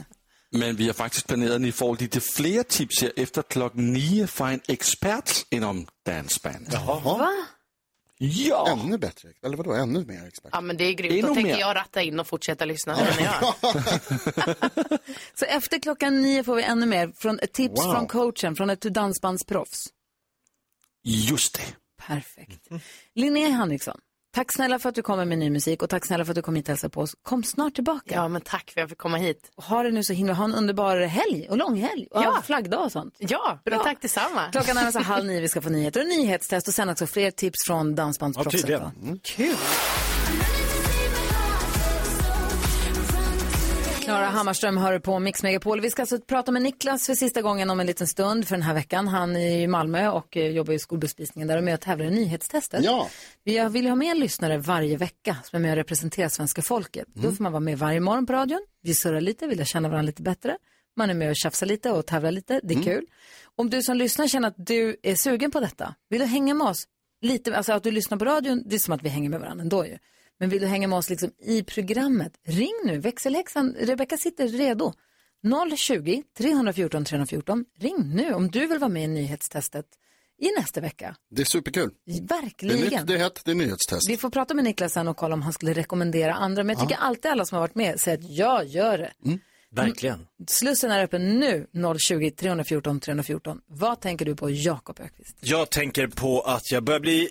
Speaker 3: Men vi har faktisk planeret, at I får lite flere tips her efter klokken 9 fra en ekspert inom dansband.
Speaker 18: Va?
Speaker 3: Ja.
Speaker 8: Ännu bättre, eller vadå ännu mer expert?
Speaker 18: Ja men det är grymt,
Speaker 8: Ännu
Speaker 18: då tänker
Speaker 8: mer.
Speaker 18: jag ratta in och fortsätta lyssna. känner jag.
Speaker 4: Så efter klockan nio får vi ännu mer från ett tips
Speaker 3: Wow.
Speaker 4: från coachen, från ett dansbandsproffs.
Speaker 3: Just det.
Speaker 4: Perfekt. Linnea Henriksson, tack snälla för att du kommer med ny musik och tack snälla för att du kom hit och hälsade på oss. Kom snart tillbaka.
Speaker 18: Ja, men tack för att jag fick komma hit.
Speaker 4: Och ha det nu så himla, ha en underbar helg och lång helg och
Speaker 18: Ja.
Speaker 4: flaggdag och sånt.
Speaker 18: Ja, men tack detsamma.
Speaker 4: Klockan är alltså halv nio, vi ska få nyheter och nyhetstest och sen också fler tips från dansbandsproffset. va? Kul! Klara Hammarström hör på Mix Megapol. Vi ska alltså prata med Niklas för sista gången om en liten stund för den här veckan. Han är i Malmö och eh, jobbar i skolbespisningen där och är med och tävlar i nyhetstestet.
Speaker 8: Ja.
Speaker 4: Vi vill ju ha med en lyssnare varje vecka som är med och representerar svenska folket. Då får man vara med varje morgon på radion. Vi surrar lite, vill lära känna varandra lite bättre. Man är med och tjafsar lite och tävlar lite. Det är kul. Om du som lyssnar känner att du är sugen på detta, vill du hänga med oss? Lite, alltså att du lyssnar på radion, det är som att vi hänger med varandra ändå ju. Men vill du hänga med oss liksom i programmet, ring nu. Växelhäxan, Rebecka sitter redo. 020 314 314. Ring nu om du vill vara med i nyhetstestet i nästa vecka.
Speaker 8: Det är superkul.
Speaker 4: Verkligen.
Speaker 8: Det är nytt, det är hett, det är nyhetstest.
Speaker 4: Vi får prata med Niklas sen och kolla om han skulle rekommendera andra. Men jag
Speaker 8: Ja.
Speaker 4: tycker alltid alla som har varit med säger att jag gör det.
Speaker 6: Verkligen.
Speaker 4: Slussen är öppen nu, 020 314 314. Vad tänker du på Jakob Ökvist?
Speaker 6: Jag tänker på att jag börjar bli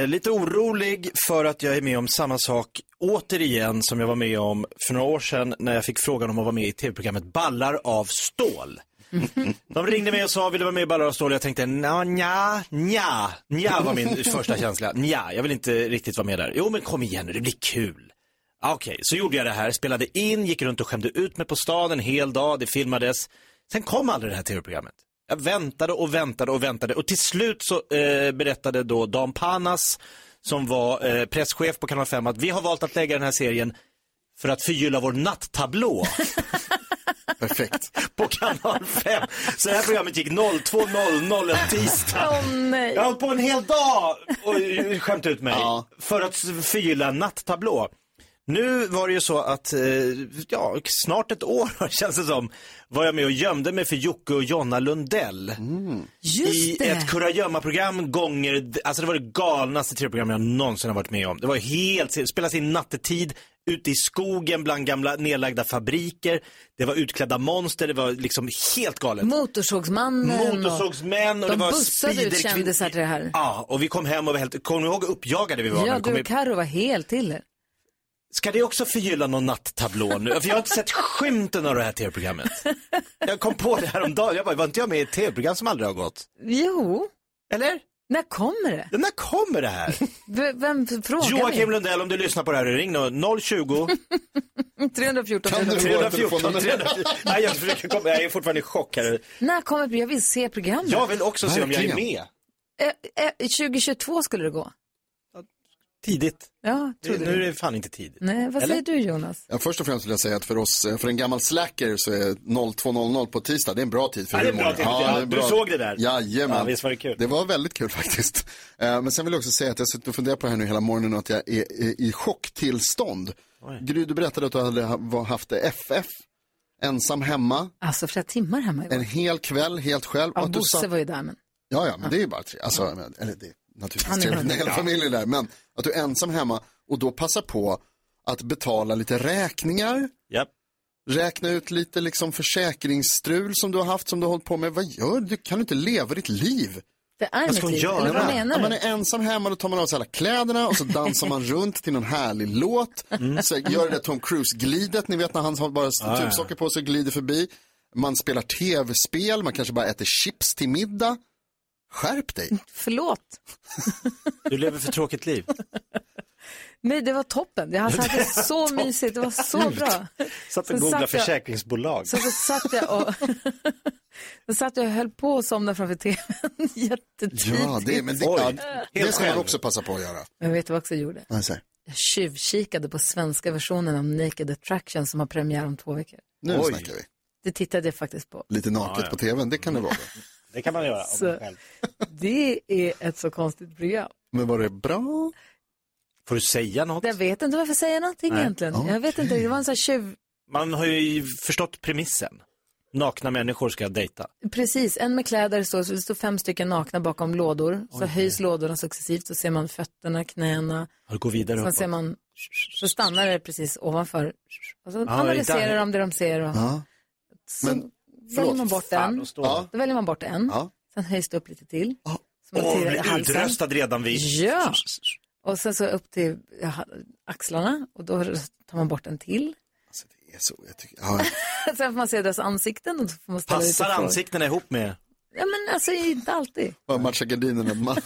Speaker 6: eh, lite orolig för att jag är med om samma sak återigen som jag var med om för några år sedan när jag fick frågan om att vara med i tv-programmet Ballar av stål. De ringde mig och sa, vill du vara med i Ballar av stål? Jag tänkte, nja, nja, nja, nja var min första känsla. Nja, jag vill inte riktigt vara med där. Jo, men kom igen nu, det blir kul. Ah, Okej, så gjorde jag det här, spelade in, gick runt och skämde ut mig på stan en hel dag, det filmades. Sen kom aldrig det här tv-programmet. Jag väntade och väntade och väntade och till slut så eh, berättade då Dan Panas, som var eh, presschef på Kanal 5, att vi har valt att lägga den här serien för att förgylla vår nattablå.
Speaker 8: Perfekt.
Speaker 6: På kanal 5. Så det här programmet gick 02.00 en tisdag.
Speaker 4: Åh
Speaker 12: eh,
Speaker 4: nej.
Speaker 6: Jag höll på en hel dag och skämt ut mig. För att förgylla en nattablå. Nu var det ju så att, eh, ja, snart ett år känns det som, var jag med och gömde mig för Jocke och Jonna Lundell. I
Speaker 4: Just det.
Speaker 6: ett kurragömma-program gånger, alltså det var det galnaste tv-program jag någonsin har varit med om. Det var helt, spelas in nattetid, ute i skogen bland gamla nedlagda fabriker. Det var utklädda monster, det var liksom helt galet.
Speaker 4: Motorsågsmannen. och-
Speaker 6: Motorsågsmän och
Speaker 4: de
Speaker 6: det var
Speaker 4: bussade ut
Speaker 6: speederkvin-
Speaker 4: kändisar till det här.
Speaker 6: Ja, och vi kom hem och var helt, kommer ni ihåg hur uppjagade vi var? när
Speaker 4: Ja,
Speaker 6: vi kom
Speaker 4: du
Speaker 6: in?
Speaker 4: och Carro var helt till er.
Speaker 6: Ska det också förgylla någon nattablå nu? För jag har inte sett skymten av det här tv-programmet. Jag kom på det här om dagen. jag bara, var inte jag med i ett tv-program som aldrig har gått?
Speaker 4: Jo.
Speaker 6: Eller?
Speaker 4: När kommer det?
Speaker 6: När kommer det här?
Speaker 4: V- Vem frågar
Speaker 6: Joakim Lundell, om du lyssnar på det här, ring nu 020
Speaker 4: mig? 314.
Speaker 6: 314 314. Nej, jag, försöker komma. jag är fortfarande i chock här.
Speaker 4: När kommer det? Jag vill se programmet.
Speaker 6: Jag vill också se om jag är med.
Speaker 4: Eh, eh, 2022 skulle det gå.
Speaker 6: Tidigt.
Speaker 4: Ja,
Speaker 6: Nu
Speaker 4: tror
Speaker 6: är
Speaker 4: du.
Speaker 6: det fan inte tidigt.
Speaker 4: Nej, vad
Speaker 8: Eller?
Speaker 4: säger du Jonas?
Speaker 8: Ja, först och främst vill jag säga att för oss, eh, för en gammal slacker så är 02.00 på tisdag, det är en bra tid för
Speaker 6: Ja, det är en bra
Speaker 8: humor.
Speaker 6: tid för humor. Du såg det där?
Speaker 8: Jajamän.
Speaker 6: Ja, visst var det kul.
Speaker 8: Det var väldigt kul faktiskt. Eh, Men sen vill jag också säga att jag har suttit och funderat på det här nu hela morgonen och att jag är är i chocktillstånd. Gry, du berättade att du hade ha- var- haft det FF, ensam hemma,
Speaker 4: Alltså flera timmar hemma igår.
Speaker 8: en hel kväll helt själv.
Speaker 4: Ja,
Speaker 8: att du
Speaker 4: Bosse
Speaker 8: satt-
Speaker 4: var ju där men.
Speaker 8: Ja, ja, men det är ju bara tre. Alltså, men, eller det är naturligtvis
Speaker 4: Han är
Speaker 8: trevligt när
Speaker 4: hundra.
Speaker 8: hela
Speaker 4: Ja.
Speaker 8: familjen är där. Men att du är ensam hemma och då passar på att betala lite räkningar. Räkna ut lite liksom försäkringsstrul som du har haft, som du har hållit på med. Vad gör du? Kan du inte leva ditt liv?
Speaker 4: Det är mitt liv. Eller vad menar
Speaker 8: Ja,
Speaker 4: du?
Speaker 8: man är ensam hemma, då tar man av sig alla kläderna och så dansar man runt till någon härlig låt.
Speaker 4: Mm.
Speaker 8: Så gör det där Tom Cruise-glidet, ni vet när han har bara
Speaker 2: Ja, ja.
Speaker 8: tubsocker på sig och glider förbi. Man spelar tv-spel, man kanske bara äter chips till middag. Skärp dig!
Speaker 4: Förlåt.
Speaker 6: Du lever för tråkigt liv.
Speaker 4: Nej, det var toppen. Jag hade haft det så mysigt. Det var så bra.
Speaker 6: Satt
Speaker 4: Sen
Speaker 6: och googlade
Speaker 4: satt jag-
Speaker 6: försäkringsbolag.
Speaker 4: Så, så satt jag och... Då satt jag och höll på att somna framför tvn jättetidigt.
Speaker 8: Ja, det, men det,
Speaker 4: Oj.
Speaker 8: ja,
Speaker 4: Helt
Speaker 8: det ska
Speaker 4: själv.
Speaker 8: man också passa på att göra.
Speaker 4: Men vet du vad jag också gjorde?
Speaker 8: Ja, så här.
Speaker 4: Jag tjuvkikade på svenska versionen av Naked Attraction som har premiär om två veckor.
Speaker 8: Nu snackar vi.
Speaker 4: Det tittade jag faktiskt på.
Speaker 8: Lite naket
Speaker 4: Ja, ja.
Speaker 8: på tvn, det kan det vara.
Speaker 6: Det kan man göra.
Speaker 4: Så, det är ett så konstigt program.
Speaker 8: Men var det bra?
Speaker 6: Får du säga något?
Speaker 4: Jag vet inte varför jag säger någonting
Speaker 6: Nej.
Speaker 4: egentligen.
Speaker 6: Okej.
Speaker 4: Jag vet inte, det var en sån här tjuv...
Speaker 6: Man har ju förstått premissen. Nakna människor ska dejta.
Speaker 4: Precis, en med kläder står, så det står fem stycken nakna bakom lådor. Så höjs lådorna successivt, så ser man fötterna, knäna.
Speaker 6: Ja, Gå vidare
Speaker 4: Sen
Speaker 6: uppåt.
Speaker 4: ser man, så stannar det precis ovanför. Och så
Speaker 6: Ja,
Speaker 4: analyserar
Speaker 6: där.
Speaker 4: de det de ser och
Speaker 6: Ja.
Speaker 4: så
Speaker 6: Men,
Speaker 4: väljer
Speaker 6: förlåt,
Speaker 4: man bort
Speaker 6: fan,
Speaker 4: en.
Speaker 6: då står det.
Speaker 4: Då väljer man bort en.
Speaker 6: Ja.
Speaker 4: Sen höjs det upp lite till. Så man
Speaker 6: Åh,
Speaker 4: tittar i
Speaker 6: blir
Speaker 4: halsen.
Speaker 6: utröstad redan vid...
Speaker 4: Ja. Och sen så upp till ja, axlarna och då tar man bort en till.
Speaker 8: Det är så, jag tycker,
Speaker 4: sen får man se deras ansikten och så får man ställa ut
Speaker 6: Passar
Speaker 4: och fråga.
Speaker 6: ansiktena ihop med...
Speaker 4: Ja men alltså inte alltid.
Speaker 8: Bara matcha gardinerna. Man-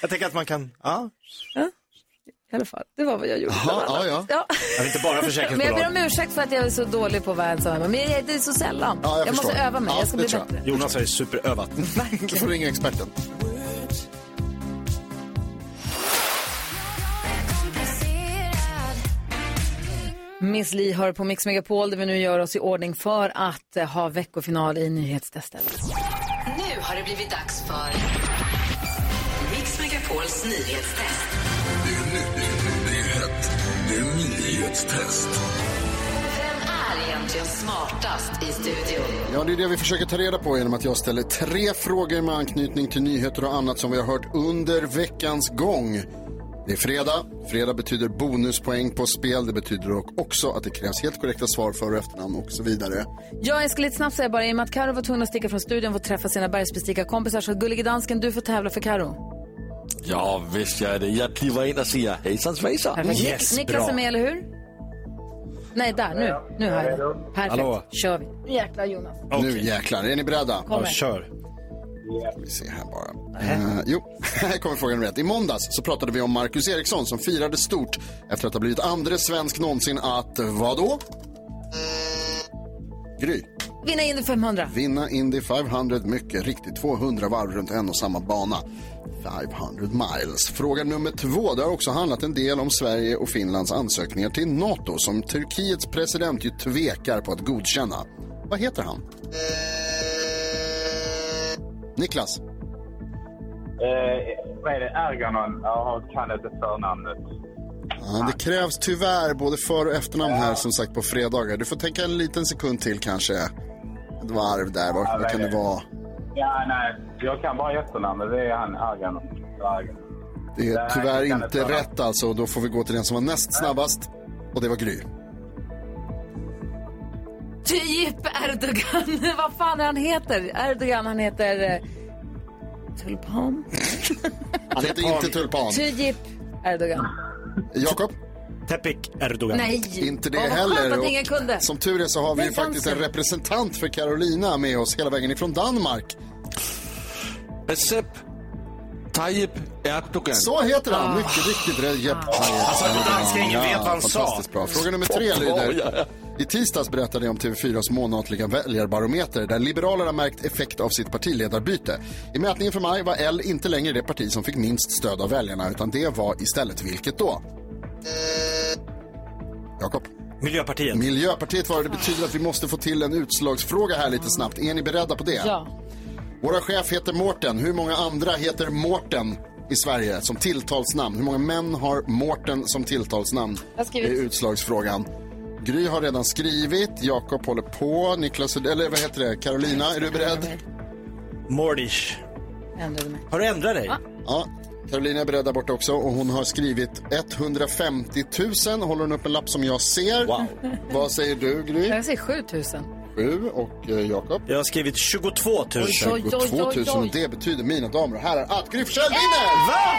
Speaker 6: Jag tänker att man kan... Ja.
Speaker 4: I alla fall, det var vad jag gjorde.
Speaker 6: Jaha, ja, ja. Jag vill inte bara
Speaker 4: Men jag
Speaker 6: försäkringsbolag.
Speaker 4: ber om ursäkt för att jag är så dålig på att vara ensam hemma. Men jag, det är så sällan.
Speaker 6: Ja,
Speaker 4: jag måste
Speaker 6: förstår.
Speaker 4: öva mig.
Speaker 6: Ja,
Speaker 4: jag ska
Speaker 6: det
Speaker 4: bli
Speaker 6: tror jag.
Speaker 4: bättre.
Speaker 6: Jonas har ju superövat.
Speaker 8: Du får ringa experten.
Speaker 4: Miss Li hör på Mix Megapol där vi nu gör oss i ordning för att eh, ha veckofinal i nyhetstestet.
Speaker 5: Nu har det blivit dags för Mix Megapols nyhetstest.
Speaker 16: Det är nyhetstest.
Speaker 5: Vem är egentligen smartast i studion?
Speaker 8: Ja, det är det vi försöker ta reda på genom att jag ställer tre frågor med anknytning till nyheter och annat som vi har hört under veckans gång. Det är fredag. Fredag betyder bonuspoäng på spel. Det betyder dock också att det krävs helt korrekta svar för och efternamn och så vidare.
Speaker 4: Ja, jag ska lite snabbt säga bara, i och med att Karo var tvungen att sticka från studion för att träffa sina bergsbestiga kompisar så Gullige Dansken, du får tävla för Karo.
Speaker 3: Ja, visst gör jag det. Jag kliver in och säger hejsan svejsan.
Speaker 4: Perfekt. Nik- Niklas är med, eller hur? Nej, där, nu. Nu har jag det. Perfekt,
Speaker 8: Hallå.
Speaker 4: kör vi. Nu jäklar Jonas.
Speaker 8: Nu jäklar, är ni beredda?
Speaker 4: Kommer. Ja,
Speaker 6: kör.
Speaker 8: Ska vi se här bara. Eh, jo, här kommer frågan rätt. I måndags så pratade vi om Marcus Eriksson som firade stort efter att ha blivit andre svensk någonsin att, vadå? Gry.
Speaker 4: Vinna in 500.
Speaker 8: Vinna Indy 500, mycket riktigt 200 varv runt en och samma bana. 500 miles. Fråga nummer två. Det har också handlat en del om Sverige och Finlands ansökningar till NATO som Turkiets president ju tvekar på att godkänna. Vad heter han? Niklas.
Speaker 20: Eh, vad är det? Erganon? Jag kan inte förnamnet.
Speaker 8: Ja, det krävs tyvärr både för och efternamn här som sagt på fredagar. Du får tänka en liten sekund till kanske. Ett varv där. Vad, vad kan det vara?
Speaker 20: Ja, nej. Jag kan bara efternamnet. Det är han, Erganon. Erganon.
Speaker 8: Det är
Speaker 20: Nej,
Speaker 8: tyvärr
Speaker 20: jag kan
Speaker 8: inte
Speaker 20: inte.
Speaker 8: rätt alltså. Då får vi gå till den som var näst snabbast. Och det var Gry.
Speaker 4: Tayyip Typ Erdogan. Vad fan är han heter? Erdogan, han heter... eh, Tulpan?
Speaker 8: Han heter inte Tulpan.
Speaker 4: Tayyip eh, Erdogan.
Speaker 8: Jakob?
Speaker 6: Tepik Erdogan.
Speaker 4: Nej.
Speaker 8: Inte det
Speaker 4: Åh, vad
Speaker 8: heller.
Speaker 4: skönt att
Speaker 8: Och
Speaker 4: ingen kunde.
Speaker 8: Som tur är så har vi
Speaker 4: Men
Speaker 8: ju faktiskt en
Speaker 4: dansen.
Speaker 8: representant för Carolina med oss hela vägen ifrån Danmark.
Speaker 3: Recep Tayyip Erdogan.
Speaker 8: Så heter han, mycket riktigt. Recep
Speaker 4: Ah.
Speaker 8: Tayyip
Speaker 3: Alltså, det danska, ingen
Speaker 8: Ja,
Speaker 3: vet vad han sa.
Speaker 8: fantastiskt Bra. Fråga nummer tre lyder. I tisdags berättade jag om TV4s månatliga väljarbarometer där liberalerna märkt effekt av sitt partiledarbyte. I mätningen för maj var L inte längre det parti som fick minst stöd av väljarna utan det var istället vilket då? Jakob.
Speaker 6: Miljöpartiet.
Speaker 8: Miljöpartiet var det. Det betyder att vi måste få till en utslagsfråga här lite snabbt. Är ni beredda på det?
Speaker 4: Ja.
Speaker 8: Våra chef heter Mårten. Hur många andra heter Mårten i Sverige som tilltalsnamn? Hur många män har Mårten som tilltalsnamn?
Speaker 4: Jag har skrivit.
Speaker 8: Det är utslagsfrågan. Gry har redan skrivit, Jakob håller på, Niklas, eller vad heter det, Carolina, är du beredd?
Speaker 6: Mordish.
Speaker 4: Jag ändrade mig.
Speaker 6: Har du ändrat dig?
Speaker 8: Ja, Carolina är beredd där borta också och hon har skrivit 150 000, håller hon upp en lapp som jag ser. Wow. Vad säger du, Gry?
Speaker 4: Jag säger 7000.
Speaker 8: Sju och eh, Jakob?
Speaker 6: Jag har skrivit 22 000.
Speaker 4: Oj, oj, oj, oj,
Speaker 8: 22 000 och det betyder, mina damer och herrar, att Gry Forssell vinner!
Speaker 6: Va?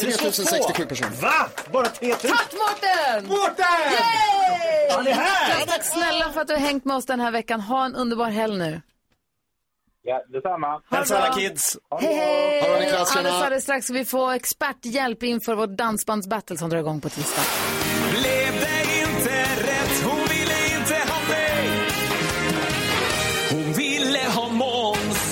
Speaker 8: 3067 personer.
Speaker 6: Va? Bara 3000?
Speaker 4: Tack Mårten!
Speaker 6: Mårten!
Speaker 4: Yay!
Speaker 6: Han är här!
Speaker 4: Tack, tack snälla för att du har hängt med oss den här veckan. Ha en underbar helg nu.
Speaker 20: Ja, detsamma.
Speaker 6: Hälsa alla kids.
Speaker 4: Hej, hej!
Speaker 6: Ha det bra, Niklas. Tjena.
Speaker 4: Alldeles, alldeles strax ska vi få experthjälp inför vårt dansbandsbattle som drar igång på tisdag.
Speaker 15: Blev det inte rätt, hon ville inte ha mig Hon ville ha Måns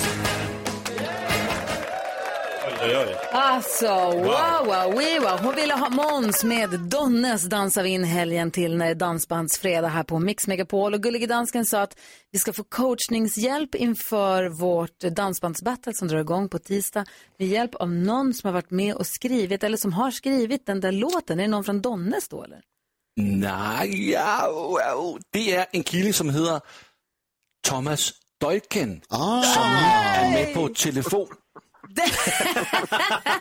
Speaker 4: Alltså, wow, wow, wee, wow. Hon ville ha Måns med Donnes dansar vi in helgen till när det är dansbandsfredag här på Mix Megapol. Och Gullige Dansken sa att vi ska få coachningshjälp inför vårt dansbandsbattle som drar igång på tisdag med hjälp av någon som har varit med och skrivit eller som har skrivit den där låten. Är det någon från Donnes då eller?
Speaker 3: Nej, ja, wow. det är en kilde, som hedder Thomas Dolken,
Speaker 8: Ah.
Speaker 3: som nu er med på telefon.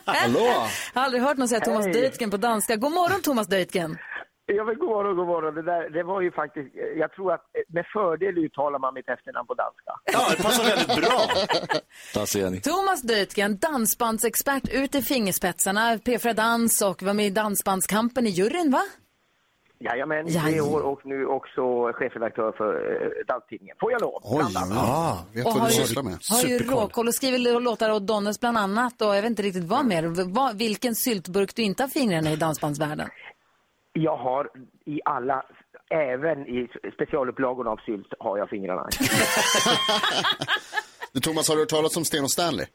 Speaker 8: Hallå?
Speaker 4: Jag har aldrig hört någon säga Thomas
Speaker 21: Hej.
Speaker 4: Deutgen på danska. God morgon Thomas Deutgen.
Speaker 21: Ja, men god morgon, god morgon. Det, där, det var ju faktiskt, jag tror att med fördel uttalar man mitt efternamn på danska.
Speaker 3: Der ser ni.
Speaker 4: Thomas Deutgen, dansbandsexpert ut i fingerspetsarna, P4 Dans och var med i Dansbandskampen i juryn va?
Speaker 21: Jajamän, tre
Speaker 4: Jajamän.
Speaker 21: år och nu också chefredaktör för eh, Danstidningen. Får jag lov?
Speaker 8: Oj, ja. Vet vad du
Speaker 4: ju-
Speaker 8: sysslar med.
Speaker 4: har ju råkoll och skriver låtar åt Donnes bland annat och jag vet inte riktigt vad mer. V- vad- vilken syltburk du inte har fingrarna i i dansbandsvärlden.
Speaker 21: Jag har i alla, även i specialupplagorna av Sylt, har jag fingrarna. i.
Speaker 8: Du, Thomas, har du hört talas om Sten och Stanley?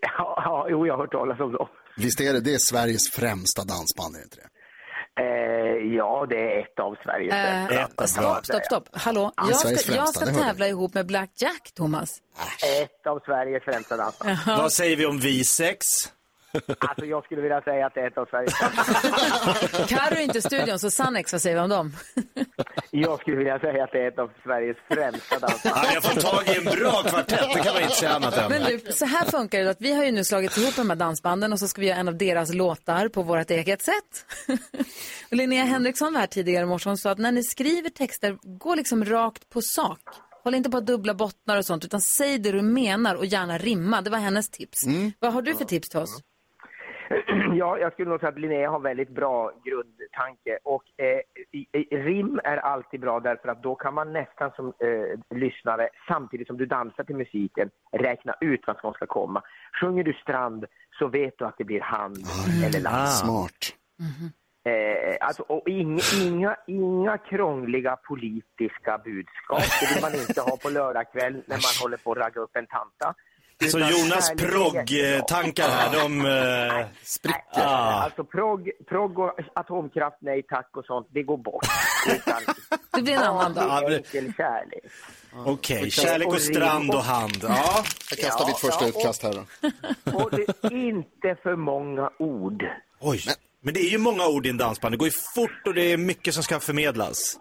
Speaker 21: ja, ja, jo, jag har hört talas om dem.
Speaker 8: Visst är det, det är Sveriges främsta dansband, är det inte det?
Speaker 21: Eh, ja, det är ett av Sveriges
Speaker 4: Eh,
Speaker 21: bästa.
Speaker 4: stopp, stopp, stopp. Hallå,
Speaker 21: Ja,
Speaker 4: jag
Speaker 21: Sveriges
Speaker 4: ska,
Speaker 21: främsta,
Speaker 4: jag ska
Speaker 21: det hörde
Speaker 4: tävla ihop med Black Jack, Thomas. Äh.
Speaker 21: Ett av Sveriges främsta dansband.
Speaker 6: Vad säger vi om vi sex?
Speaker 21: Alltså, jag skulle vilja säga att det är ett av Sveriges främsta.
Speaker 4: Carro är inte i studion, så Sannex, vad säger vi om dem?
Speaker 21: Jag skulle vilja säga att det är ett av Sveriges främsta dansband.
Speaker 6: Ja, vi har fått tag i en bra kvartett, det kan man inte säga annat än.
Speaker 4: Men du, så här funkar det. Att vi har ju nu slagit ihop de här dansbanden och så ska vi göra en av deras låtar på vårt eget sätt. och
Speaker 6: Mm.
Speaker 4: Linnea Henriksson var här tidigare i morse. Hon sa att när ni skriver texter, gå liksom rakt på sak. Håll inte på att dubbla bottnar och sånt, utan säg det du menar och gärna rimma. Det var hennes tips.
Speaker 6: Mm.
Speaker 4: Vad har du för tips till oss?
Speaker 21: Ja, jag skulle nog säga att Linnea har väldigt bra grundtanke och eh, i- i- rim är alltid bra därför att då kan man nästan som eh, lyssnare samtidigt som du dansar till musiken räkna ut vad som ska komma. Sjunger du strand så vet du att det blir hand eller land.
Speaker 8: Smart.
Speaker 21: Eh, alltså, och inga, inga, inga krångliga politiska budskap. Det vill man inte ha på lördagkväll när man håller på att ragga upp en tanta.
Speaker 6: Så
Speaker 21: Utan
Speaker 6: Jonas eh,
Speaker 21: kärlek-
Speaker 6: progg-tankar här, de... eh,
Speaker 21: Nej,
Speaker 6: Ah.
Speaker 21: Alltså progg, progg och atomkraft, nej tack och sånt, det går bort. Utan,
Speaker 4: det blir en annan
Speaker 21: dag.
Speaker 6: Ja, det-
Speaker 21: Enkel kärlek.
Speaker 6: Okej,
Speaker 21: Och kast-
Speaker 6: kärlek och strand
Speaker 21: rim
Speaker 6: och hand. Ja.
Speaker 21: Jag kastar Ja, mitt första ja, och- utkast här då. Och det är inte för många ord.
Speaker 6: Oj, men, det är ju många ord i en dansband. Det går ju fort och det är mycket som ska förmedlas.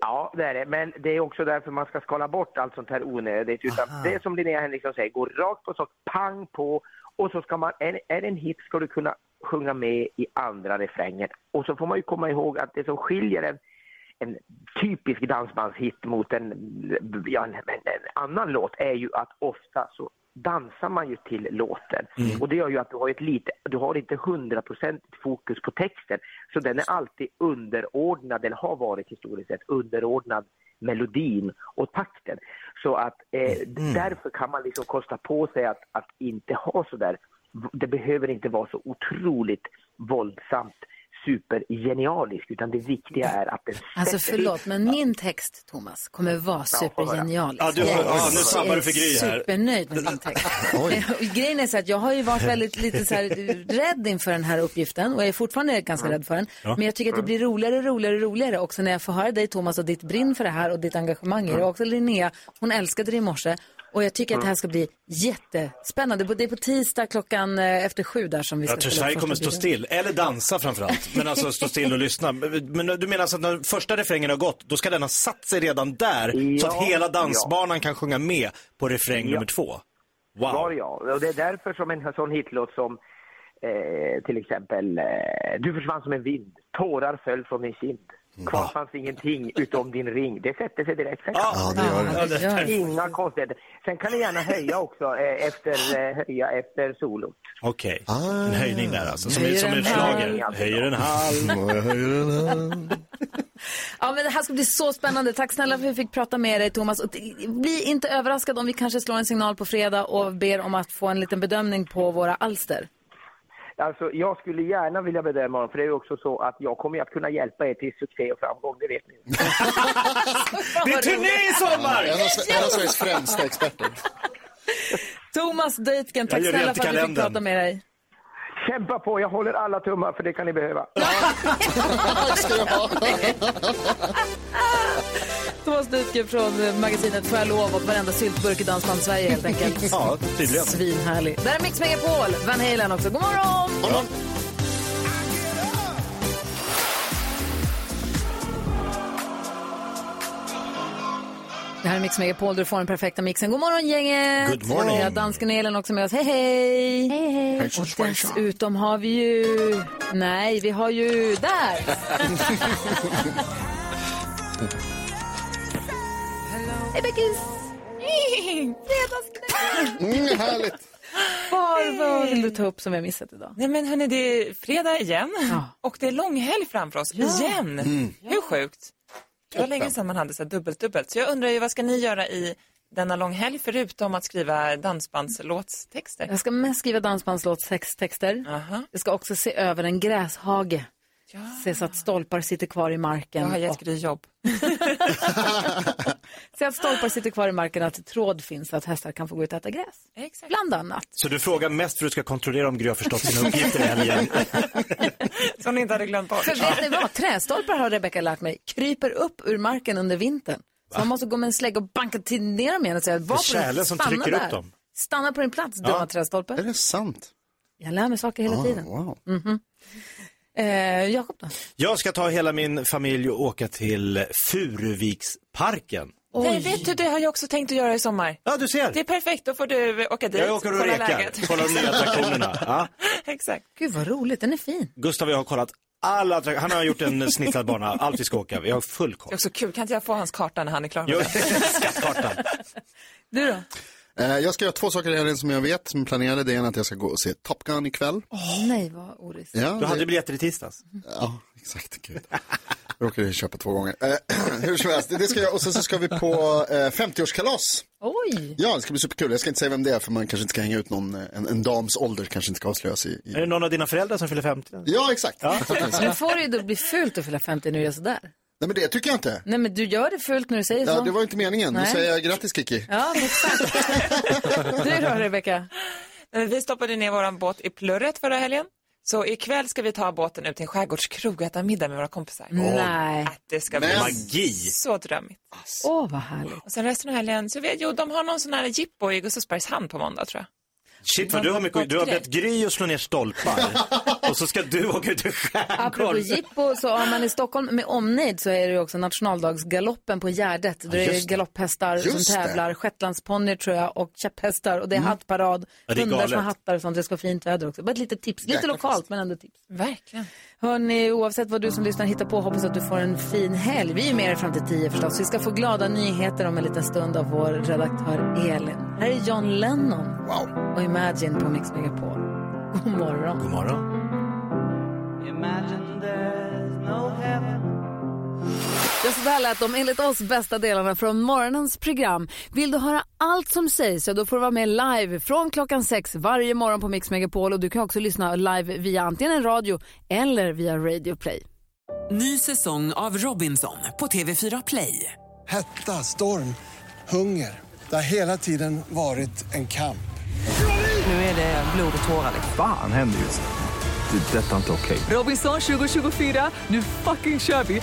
Speaker 21: Ja, det är det. Men det är också därför man ska skala bort allt sånt här onödigt. Utan
Speaker 6: Aha.
Speaker 21: det är som Linnea Henriksson säger, gå rakt på sak, pang på. Och så ska man, är, är det en hit ska du kunna sjunga med i andra refrängen. Och så får man ju komma ihåg att det som skiljer en, en typisk dansbandshit mot en, ja, en, en, en annan låt är ju att ofta så dansar man ju till låten. Och det gör ju att du har, ett lite, du har inte hundraprocentigt fokus på texten. Så den är alltid underordnad, eller har varit historiskt sett, underordnad melodin och takten. Så att eh, därför kan man liksom kosta på sig att, att inte ha så där, det behöver inte vara så otroligt våldsamt supergenialisk, utan det viktiga är att den
Speaker 4: Alltså
Speaker 21: sätter-
Speaker 4: förlåt, men min text, Thomas, kommer vara supergenialisk.
Speaker 21: Ja, du har- ja, nu sabbar du för
Speaker 4: Jag är
Speaker 21: Gry här. Alltså,
Speaker 4: supernöjd med min text. Och Grejen är så att jag har ju varit väldigt lite så här rädd inför den här uppgiften och jag är fortfarande ganska rädd för den.
Speaker 18: Ja.
Speaker 4: Men jag tycker att det
Speaker 18: Mm.
Speaker 4: blir roligare och roligare och roligare också när jag får höra dig Thomas och ditt brinn för det här och ditt engagemang i det. Och också Linnea, hon älskade det i morse. Och jag tycker att det här ska bli jättespännande. Det är på tisdag klockan eh, efter sju där som vi ska
Speaker 6: Jag tror
Speaker 4: spela
Speaker 6: Sverige
Speaker 4: första
Speaker 6: kommer stå
Speaker 4: bilen.
Speaker 6: still, eller dansa framförallt. Men alltså stå still och lyssna. Men du menar alltså att när första refrängen har gått, då ska den ha satt sig redan där? så
Speaker 21: Ja,
Speaker 6: att hela dansbanan kan sjunga med på refräng
Speaker 21: Ja.
Speaker 6: nummer två? Wow.
Speaker 21: Var jag. Och det är därför som en sån hitlåt som eh, till exempel eh, Du försvann som en vind, tårar föll från din kind.
Speaker 15: Mm. Ah.
Speaker 21: Kvar fanns ingenting utom din ring. Det sätter sig direkt. Sen kan-
Speaker 15: Ja, det gör det. Ja, det gör det.
Speaker 21: Inga konstigheter. Sen kan du gärna höja också, eh, efter, eh, höja efter solot.
Speaker 6: Okej, en höjning där alltså. Som,
Speaker 21: Höjer
Speaker 6: som
Speaker 21: en
Speaker 6: en
Speaker 21: halv.
Speaker 6: schlager. Höjer en halv.
Speaker 4: Ja, men det här ska bli så spännande. Tack snälla för att vi fick prata med dig, Thomas. Och t- bli inte överraskad om vi kanske slår en signal på fredag och ber om att få en liten bedömning på våra alster.
Speaker 21: Alltså, jag skulle gärna vilja bedöma dem, för det är ju också så att jag kommer ju att kunna hjälpa er till succé och framgång, det vet ni.
Speaker 6: Det är turné i sommar!
Speaker 8: En av Sve- en av Sveriges främsta experter.
Speaker 4: Thomas Deitgen, tack
Speaker 21: Jag gör
Speaker 4: snälla
Speaker 21: rent i
Speaker 4: för att vi fick
Speaker 21: kalendern.
Speaker 4: prata med dig.
Speaker 21: Kämpa på, jag håller alla tummar för det kan ni behöva.
Speaker 4: Thomas Deitgen från eh, magasinet Får jag lov och varenda syltburk i Dansband Sverige helt enkelt.
Speaker 6: Ja, tydligen.
Speaker 4: Svinhärlig. Där är Mix Megapol, Van Halen också. God morgon! Det här är Mix Megapol, där du får den perfekta mixen. God morgon gänget!
Speaker 15: Good morning.
Speaker 4: Vi har dansken Elin också med oss. Hej hej! Hej
Speaker 15: Hej,
Speaker 4: Och
Speaker 15: tjo, tjo.
Speaker 4: dessutom har vi ju... Nej, vi har ju... Där! Hej Beckis!
Speaker 8: Mm, härligt.
Speaker 4: Var, vad vill du ta upp som vi har missat idag?
Speaker 1: Nej men hörni, det är fredag igen och det är långhelg framför oss igen.
Speaker 4: Mm.
Speaker 1: Hur sjukt? Det var länge sedan man hade så här dubbelt dubbelt. Så jag undrar ju vad ska ni göra i denna långhelg förutom att skriva dansbandslåtstexter?
Speaker 4: Jag ska mest skriva dansbandslåtstexter. Jag ska också se över en gräshage. Se så att stolpar sitter kvar i marken.
Speaker 1: Jag har gett
Speaker 4: och-
Speaker 1: Gry jobb.
Speaker 4: Se att stolpar sitter kvar i marken, att tråd finns så att hästar kan få gå ut och äta gräs. Bland annat.
Speaker 6: Så du frågar mest för att du ska kontrollera om Gry har förstått sina uppgifter i helgen.
Speaker 1: Så hon inte hade glömt bort.
Speaker 4: För vet ni vad? Trästolpar har Rebecka lärt mig kryper upp ur marken under vintern. Så man måste gå med en slägga och banka till ner dem igen och säga var på
Speaker 8: kärlen
Speaker 4: din,
Speaker 8: som
Speaker 4: stanna
Speaker 8: trycker upp
Speaker 4: där.
Speaker 8: dem.
Speaker 4: Stanna på din plats, dumma trästolpe.
Speaker 8: Är det sant?
Speaker 4: Jag lär mig saker hela
Speaker 6: Ah,
Speaker 4: tiden.
Speaker 8: Wow.
Speaker 4: Mhm. Eh, Jakob då?
Speaker 6: Jag ska ta hela min familj och åka till Furuviksparken.
Speaker 1: Nej, vet du, det har jag också tänkt att göra i sommar.
Speaker 6: Ja, du ser.
Speaker 1: Det är perfekt, då får du åka dit,
Speaker 6: Jag åker och
Speaker 1: kolla
Speaker 6: rekar,
Speaker 1: läget.
Speaker 6: kolla de nya attraktionerna. Ja.
Speaker 1: Exakt.
Speaker 4: Gud vad roligt, den är fin.
Speaker 6: Gustav och jag har kollat alla attraktioner, han har gjort en snittad bana, allt vi ska åka, vi har full koll.
Speaker 1: Det är också kul, kan inte jag få hans karta när han är klar med
Speaker 6: Jo,
Speaker 1: det?
Speaker 6: Skattkartan.
Speaker 4: Du då?
Speaker 8: Eh, Jag ska göra två saker i helgen som jag vet, som är planerade. Det ena är att jag ska gå och se Top Gun ikväll.
Speaker 4: Nej, vad oris.
Speaker 8: Ja,
Speaker 6: du hade
Speaker 8: det-
Speaker 6: biljetter i tisdags.
Speaker 8: Ja, Exakt, gud. Jag råkade köpa två gånger. Eh, hur som helst, det ska jag, och sen så ska vi på eh, 50-årskalas.
Speaker 4: Oj!
Speaker 8: Ja, det ska bli superkul. Jag ska inte säga vem det är för man kanske inte ska hänga ut någon, eh, en, en dams ålder kanske inte ska avslöjas i... i...
Speaker 6: Är det någon av dina föräldrar som fyller 50?
Speaker 8: Ja, exakt.
Speaker 4: Men får det ju då bli fult att fylla 50 när du gör sådär?
Speaker 8: Nej, men det tycker jag inte.
Speaker 4: Nej, men du gör det fult när du säger
Speaker 8: Ja,
Speaker 4: så.
Speaker 8: det var inte meningen. Nu
Speaker 4: Nej.
Speaker 8: säger jag grattis Kiki.
Speaker 4: Ja, men exakt. du då, Rebecka?
Speaker 1: Eh, Vi stoppade ner vår båt i plurret förra helgen. Så ikväll ska vi ta båten ut till en skärgårdskrog och äta middag med våra kompisar.
Speaker 4: Nej.
Speaker 1: Att det ska bli
Speaker 4: Men-
Speaker 1: magi. så drömmigt.
Speaker 4: Åh, vad härligt.
Speaker 1: Och sen resten av helgen, så vet, jo, de har någon sån här jippo i Gustavsbergs hamn på måndag tror jag.
Speaker 6: Shit vad du har mycket, du har bett Gry att slå ner stolpar. och så ska du åka ut i
Speaker 4: Apropå
Speaker 6: skärgården.
Speaker 4: jippo, så om man är i Stockholm med omnejd så är det ju också nationaldagsgaloppen på Gärdet. Då
Speaker 6: Ja,
Speaker 4: är det
Speaker 6: just det.
Speaker 4: galopphästar
Speaker 6: Just
Speaker 4: som
Speaker 6: det.
Speaker 4: tävlar, shetlandsponny tror jag och käpphästar och det är
Speaker 1: Mm.
Speaker 4: hattparad,
Speaker 1: Ja, det är
Speaker 4: hundar som har
Speaker 1: galet.
Speaker 4: hattar och sånt. Det ska vara fint väder också. Bara ett litet tips, lite
Speaker 1: Jäkla
Speaker 4: lokalt men ändå tips.
Speaker 1: Verkligen.
Speaker 4: Hörni, oavsett vad du som lyssnar hittar på, hoppas att du får en fin helg. Vi är med er fram till tio förstås. Vi ska få glada nyheter om en liten stund av vår redaktör Elin. Här är John Lennon och Imagine på Mix Megapol. God morgon.
Speaker 6: God morgon.
Speaker 15: Imagine there's no heaven.
Speaker 4: Ja, så där lät de enligt oss bästa delarna från morgonens program. Vill du höra allt som sägs så då får du vara med live från klockan sex varje morgon på Mix Megapol och du kan också lyssna live via antingen en radio eller via Radio Play.
Speaker 7: Ny säsong av Robinson på TV4 Play.
Speaker 2: Hetta, storm, hunger. Det har hela tiden varit en kamp.
Speaker 7: Nu är det blod och tårar. liksom.
Speaker 22: Fan händer just nu. Det. är Detta är inte okej.
Speaker 7: Robinson 2024, nu fucking kör vi!